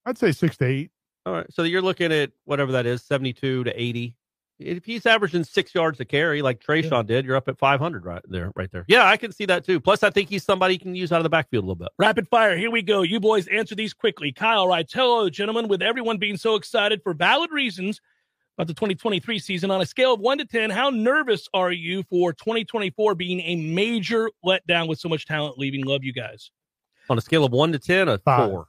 [SPEAKER 3] I'd say six to eight.
[SPEAKER 2] All right. So you're looking at whatever that is, 72 to 80 If he's averaging six yards to carry, like Trayshawn did, you're up at 500 right there, right there. Yeah, I can see that too. Plus, I think he's somebody you can use out of the backfield a little bit.
[SPEAKER 1] Rapid fire. Here we go. You boys answer these quickly. Kyle writes, Hello, gentlemen. With everyone being so excited for valid reasons about the 2023 season, on a scale of 1 to 10, how nervous are you for 2024 being a major letdown with so much talent leaving? Love you guys.
[SPEAKER 2] On a scale of one to 10, a four.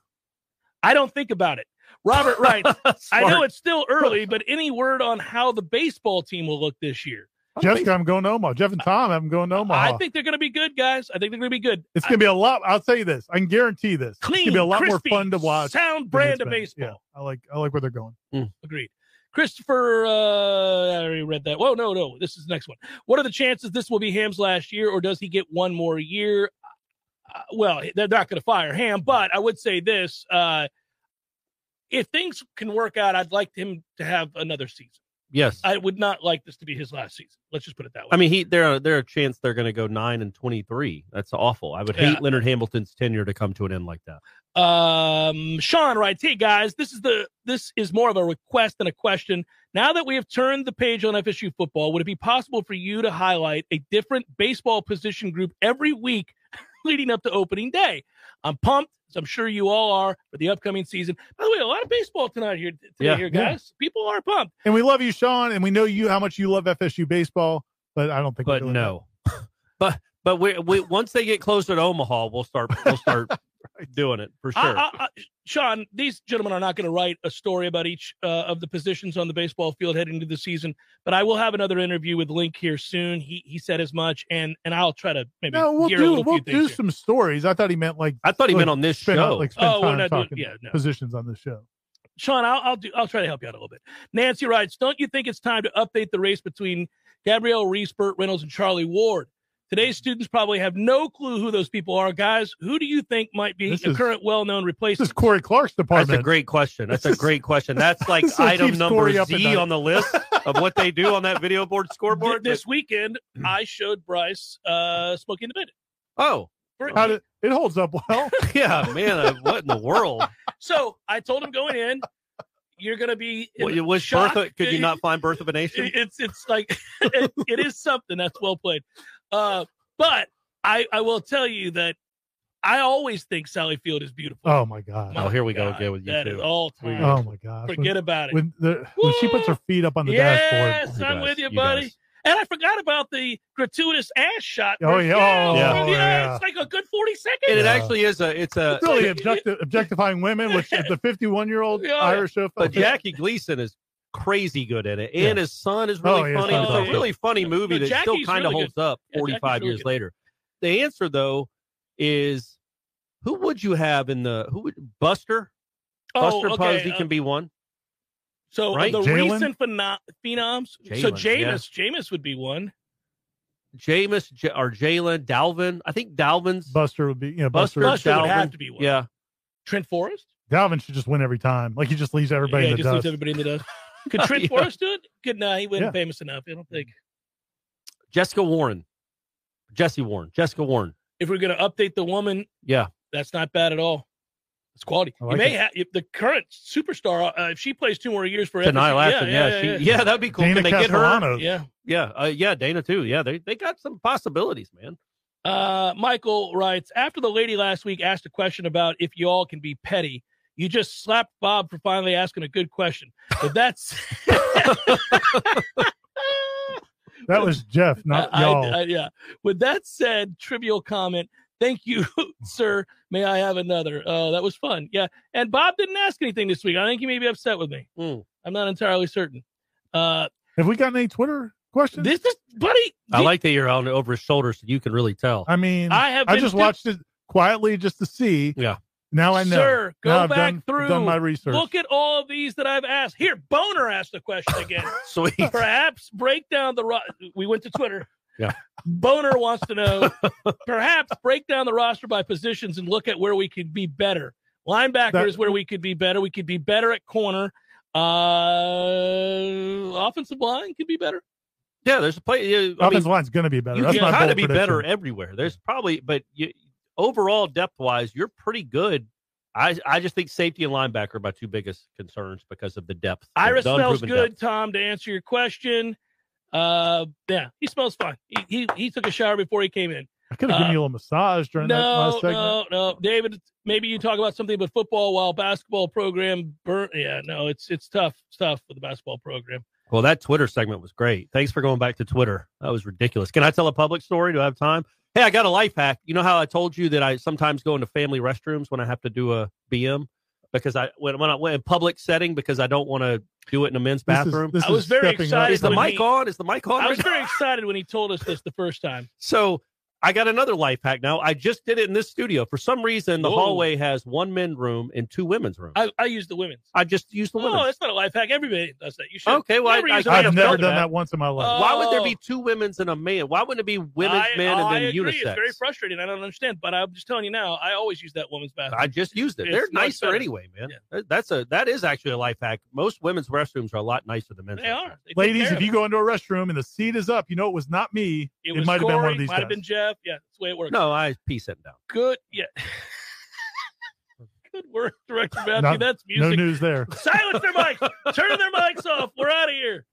[SPEAKER 1] I don't think about it. Robert writes, I know
[SPEAKER 2] Smart.
[SPEAKER 1] it's still early, but any word on how the baseball team will look this year?
[SPEAKER 3] Jessica, I'm going to Omaha. Jeff and Tom, I'm going to Omaha.
[SPEAKER 1] I think they're going to be good, guys. I think they're going to be good.
[SPEAKER 3] Uh-huh. it's going to be a lot. I'll tell you this. I can guarantee this. it's going
[SPEAKER 1] Clean,
[SPEAKER 3] to be a lot
[SPEAKER 1] crispy,
[SPEAKER 3] more fun to watch.
[SPEAKER 1] sound
[SPEAKER 3] than
[SPEAKER 1] brand
[SPEAKER 3] it's
[SPEAKER 1] of
[SPEAKER 3] been.
[SPEAKER 1] baseball.
[SPEAKER 3] Yeah, I like. I like where they're going.
[SPEAKER 2] Hmm.
[SPEAKER 1] Agreed. Christopher, uh, I already read that. Whoa, no, no. This is the next one. What are the chances this will be Ham's last year, or does he get one more year? Uh, well, they're not going to fire Ham, but I would say this: uh, if things can work out, I'd like him to have another season.
[SPEAKER 2] Yes.
[SPEAKER 1] I would not like this to be his last season. Let's just put it that way.
[SPEAKER 2] I mean, he there there a chance they're going to go nine and twenty three. That's awful. I would hate
[SPEAKER 1] Yeah.
[SPEAKER 2] Leonard Hamilton's tenure to come to an end like that.
[SPEAKER 1] Um, Sean writes, "Hey guys, this is the this is more of a request than a question. Now that we have turned the page on FSU football, would it be possible for you to highlight a different baseball position group every week leading up to opening day? I'm pumped, as I'm sure you all are, for the upcoming season. By the way, a lot of baseball tonight here today
[SPEAKER 3] Yeah.
[SPEAKER 1] here,
[SPEAKER 3] Yeah.
[SPEAKER 1] guys. People are pumped.
[SPEAKER 3] And we love you, Sean, and we know you how much you love FSU baseball, but I don't think.
[SPEAKER 2] But no, but but we, we once they get closer to Omaha, we'll start we'll start doing it for sure.
[SPEAKER 1] I- I- I- Sean, these gentlemen are not going to write a story about each uh, of the positions on the baseball field heading into the season, but I will have another interview with Link here soon. He he said as much, and and I'll try to maybe
[SPEAKER 3] No, we'll
[SPEAKER 1] gear a
[SPEAKER 3] do
[SPEAKER 1] little
[SPEAKER 3] we'll
[SPEAKER 1] few things
[SPEAKER 3] do
[SPEAKER 1] here.
[SPEAKER 3] some stories. I thought he meant like
[SPEAKER 2] I thought he
[SPEAKER 3] like
[SPEAKER 2] meant on this
[SPEAKER 3] spend-
[SPEAKER 2] show.
[SPEAKER 3] Like spend
[SPEAKER 1] Oh, we're
[SPEAKER 3] time
[SPEAKER 1] not doing-
[SPEAKER 3] talking
[SPEAKER 1] yeah, no.
[SPEAKER 3] positions on this show.
[SPEAKER 1] Sean, I'll, I'll do. I'll try to help you out a little bit. Nancy writes, "Don't you think it's time to update the race between Gabrielle Reese, Burt Reynolds, and Charlie Ward? Today's students probably have no clue who those people are, guys. Who do you think might be
[SPEAKER 3] This
[SPEAKER 1] a
[SPEAKER 3] is-
[SPEAKER 1] current, well-known replacement?"
[SPEAKER 3] This is Corey Clark's department.
[SPEAKER 2] That's a great question. That's a great question. That's like
[SPEAKER 3] This will
[SPEAKER 2] item
[SPEAKER 3] keep
[SPEAKER 2] number
[SPEAKER 3] Corey up at
[SPEAKER 2] Z
[SPEAKER 3] night.
[SPEAKER 2] on the list of what they do on that video board scoreboard.
[SPEAKER 1] this weekend, I showed Bryce uh, smoking the bit.
[SPEAKER 2] Oh,
[SPEAKER 3] How did, it holds up well.
[SPEAKER 2] yeah, man. uh, What in the world?
[SPEAKER 1] So I told him going in, you're gonna be
[SPEAKER 2] What, it was
[SPEAKER 1] shocked.
[SPEAKER 2] Bertha? Could you not find Birth of a Nation?
[SPEAKER 1] It's it's like it, it is something that's well played. Uh, but I I will tell you that I always think Sally Field is beautiful.
[SPEAKER 3] Oh my god.
[SPEAKER 2] Oh, here we go again with you
[SPEAKER 1] That
[SPEAKER 2] two.
[SPEAKER 1] is all time.
[SPEAKER 3] Oh my god.
[SPEAKER 1] Forget about it.
[SPEAKER 3] When, the, when she puts her feet up on the
[SPEAKER 1] yes,
[SPEAKER 3] dashboard.
[SPEAKER 1] I'm with you, buddy. and I forgot about the gratuitous ass shot.
[SPEAKER 3] Oh,
[SPEAKER 1] where-
[SPEAKER 3] yeah. Oh,
[SPEAKER 1] yeah,
[SPEAKER 3] yeah.
[SPEAKER 1] It's like a good 40 seconds.
[SPEAKER 2] And it actually is a. It's a.
[SPEAKER 3] It's really objecti- objectifying women, which the 51 year old
[SPEAKER 2] Yeah.
[SPEAKER 3] Irish show.
[SPEAKER 2] But Jackie Gleason is crazy good at it, and
[SPEAKER 3] Yeah.
[SPEAKER 2] his son is
[SPEAKER 3] Oh,
[SPEAKER 2] really
[SPEAKER 3] yeah,
[SPEAKER 2] funny.
[SPEAKER 3] his
[SPEAKER 2] It's
[SPEAKER 3] son's
[SPEAKER 2] a
[SPEAKER 3] good.
[SPEAKER 2] really funny
[SPEAKER 3] No,
[SPEAKER 2] movie that still
[SPEAKER 3] Jackie's
[SPEAKER 2] kind of
[SPEAKER 3] really
[SPEAKER 2] holds
[SPEAKER 3] good.
[SPEAKER 2] up
[SPEAKER 3] Yeah,
[SPEAKER 2] 45
[SPEAKER 3] Jackie's really
[SPEAKER 2] years
[SPEAKER 3] good.
[SPEAKER 2] later. The answer, though, is who would you have in the who would Buster?
[SPEAKER 1] Oh,
[SPEAKER 2] Buster
[SPEAKER 1] okay,
[SPEAKER 2] Posey
[SPEAKER 1] uh,
[SPEAKER 2] can be one.
[SPEAKER 1] So uh,
[SPEAKER 2] Right.
[SPEAKER 1] the
[SPEAKER 2] Jalen?
[SPEAKER 1] recent pheno- phenoms. so
[SPEAKER 2] Jalen, yeah.
[SPEAKER 1] Jameis, Jameis would be one.
[SPEAKER 2] Jameis J- or Jalen Dalvin. I think Dalvin's
[SPEAKER 3] Buster would be, you know,
[SPEAKER 2] Buster,
[SPEAKER 3] Buster,
[SPEAKER 2] Dalvin.
[SPEAKER 1] would have to be one.
[SPEAKER 2] Yeah,
[SPEAKER 1] Trent Forrest.
[SPEAKER 3] Dalvin should just win every time. Like he just leaves everybody
[SPEAKER 1] yeah,
[SPEAKER 3] in
[SPEAKER 1] he
[SPEAKER 3] the
[SPEAKER 1] just leaves
[SPEAKER 3] dust.
[SPEAKER 1] everybody in the dust.
[SPEAKER 2] Oh,
[SPEAKER 1] Could Trent
[SPEAKER 3] Yeah.
[SPEAKER 1] Forrest do it? Good night. he wasn't
[SPEAKER 3] Yeah.
[SPEAKER 1] famous enough. I don't think.
[SPEAKER 2] Jessica Warren, Jesse Warren, Jessica Warren.
[SPEAKER 1] If we're going to update the woman,
[SPEAKER 2] Yeah,
[SPEAKER 1] that's not bad at all. It's quality.
[SPEAKER 2] I like
[SPEAKER 1] you may
[SPEAKER 2] it.
[SPEAKER 1] have if the current superstar. Uh, if she plays two more years for
[SPEAKER 2] Tonight,
[SPEAKER 1] FSU,
[SPEAKER 2] last one, yeah, she- yeah, that'd be cool. Dana Can they get her? Castellanos.
[SPEAKER 1] Yeah.
[SPEAKER 2] yeah, uh, yeah. Dana too. Yeah, they they got some possibilities, man.
[SPEAKER 1] Uh, Michael writes after the lady last week asked a question about if you all can be petty. You just slapped Bob for finally asking a good question. But that's
[SPEAKER 3] That was Jeff, not
[SPEAKER 1] I- I-
[SPEAKER 3] y'all.
[SPEAKER 1] I- yeah. With that said, trivial comment. Thank you, sir. May I have another? Oh, that was fun. Yeah. And Bob didn't ask anything this week. I think he may be upset with me.
[SPEAKER 2] Hmm.
[SPEAKER 1] I'm not entirely certain. Uh,
[SPEAKER 3] Have we gotten any Twitter questions?
[SPEAKER 1] This is, buddy.
[SPEAKER 2] I like that you're on over his shoulder, so you can really tell.
[SPEAKER 3] I mean,
[SPEAKER 1] I have
[SPEAKER 3] I
[SPEAKER 1] been
[SPEAKER 3] just
[SPEAKER 1] to-
[SPEAKER 3] watched it quietly just to see.
[SPEAKER 2] Yeah.
[SPEAKER 3] Now I know.
[SPEAKER 1] Sir, go
[SPEAKER 3] Now I've
[SPEAKER 1] back
[SPEAKER 3] done-
[SPEAKER 1] through.
[SPEAKER 3] Done my research.
[SPEAKER 1] Look at all these that I've asked. Here, Boner asked a question again.
[SPEAKER 2] Sweet.
[SPEAKER 1] Perhaps break down the. Ro- we went to Twitter.
[SPEAKER 2] Yeah.
[SPEAKER 1] Boner wants to know. perhaps break down the roster by positions and look at where we could be better. Linebacker
[SPEAKER 3] That-
[SPEAKER 1] is where we could be better. We could be better at corner. Uh, offensive line could be better.
[SPEAKER 2] Yeah, there's a play. Yeah, I
[SPEAKER 3] Offensive
[SPEAKER 2] mean,
[SPEAKER 3] line's going to be better.
[SPEAKER 2] you
[SPEAKER 3] That's
[SPEAKER 2] can
[SPEAKER 3] my
[SPEAKER 2] kind
[SPEAKER 3] bold
[SPEAKER 2] of be
[SPEAKER 3] prediction.
[SPEAKER 2] better everywhere. There's probably, but you, overall depth wise, you're pretty good I I just think safety and linebacker are my two biggest concerns because of the depth.
[SPEAKER 1] Ira
[SPEAKER 2] The
[SPEAKER 1] smells
[SPEAKER 2] unproven
[SPEAKER 1] good,
[SPEAKER 2] depth.
[SPEAKER 1] Tom. To answer your question, uh, yeah, he smells fine. He he, he took a shower before he came in.
[SPEAKER 3] I could have
[SPEAKER 1] Uh,
[SPEAKER 3] given you a massage during that last
[SPEAKER 1] No,
[SPEAKER 3] segment.
[SPEAKER 1] no, no, David. Maybe you talk about something but football while basketball program burn. Yeah, no, it's it's tough, it's tough with the basketball program.
[SPEAKER 2] Well, that Twitter segment was great. Thanks for going back to Twitter. That was ridiculous. Can I tell a public story? Do I have time? Hey, I got a life hack. You know how I told you that I sometimes go into family restrooms when I have to do a BM because I when when I went in public setting because I don't want to do it in a men's
[SPEAKER 1] This is-
[SPEAKER 2] bathroom.
[SPEAKER 1] this I was is very stepping up. excited
[SPEAKER 2] Is the
[SPEAKER 1] when
[SPEAKER 2] mic
[SPEAKER 1] he-
[SPEAKER 2] on? Is the mic on?
[SPEAKER 1] I was
[SPEAKER 2] right
[SPEAKER 1] very excited when he told us this the first time.
[SPEAKER 2] So I got another life hack now. I just did it in this studio. For some reason, the
[SPEAKER 1] Whoa.
[SPEAKER 2] hallway has one men's room and two women's rooms.
[SPEAKER 1] I, I use the women's.
[SPEAKER 2] I just used the
[SPEAKER 1] Oh,
[SPEAKER 2] women's.
[SPEAKER 1] that's not a life hack. Everybody does that. You should.
[SPEAKER 2] okay, well, I,
[SPEAKER 1] never
[SPEAKER 2] I,
[SPEAKER 1] use a
[SPEAKER 2] I-
[SPEAKER 1] men's
[SPEAKER 3] never
[SPEAKER 1] bathroom.
[SPEAKER 3] done that once in my life.
[SPEAKER 2] Why would there be two women's and a man? Why wouldn't it be women's,
[SPEAKER 1] Oh. I, oh,
[SPEAKER 2] men, and
[SPEAKER 1] I
[SPEAKER 2] then
[SPEAKER 1] agree.
[SPEAKER 2] unisex?
[SPEAKER 1] It's very frustrating. I don't understand, but I'm just telling you now. I always use that woman's bathroom.
[SPEAKER 2] I just used it.
[SPEAKER 1] It's
[SPEAKER 2] They're
[SPEAKER 1] much
[SPEAKER 2] nicer
[SPEAKER 1] better.
[SPEAKER 2] anyway, man. That- Uh, That's a that is actually a life hack. Most women's restrooms are a lot nicer than men's.
[SPEAKER 1] They are. They take
[SPEAKER 3] Ladies,
[SPEAKER 1] care
[SPEAKER 3] if
[SPEAKER 1] of
[SPEAKER 3] you go into a restroom and the seat is up, you know it was not me.
[SPEAKER 1] it,
[SPEAKER 3] It,
[SPEAKER 1] was
[SPEAKER 3] might have been one
[SPEAKER 1] Corey,
[SPEAKER 3] of these
[SPEAKER 1] Might
[SPEAKER 3] guys.
[SPEAKER 1] have been Jeff. Yeah, that's the way it works.
[SPEAKER 2] No, I pee sitting down.
[SPEAKER 1] good. Yeah. good work, Director Matthew.
[SPEAKER 3] Not-
[SPEAKER 1] that's
[SPEAKER 3] no
[SPEAKER 1] music.
[SPEAKER 3] news there.
[SPEAKER 1] Silence their mics. Turn their mics off. We're out of here.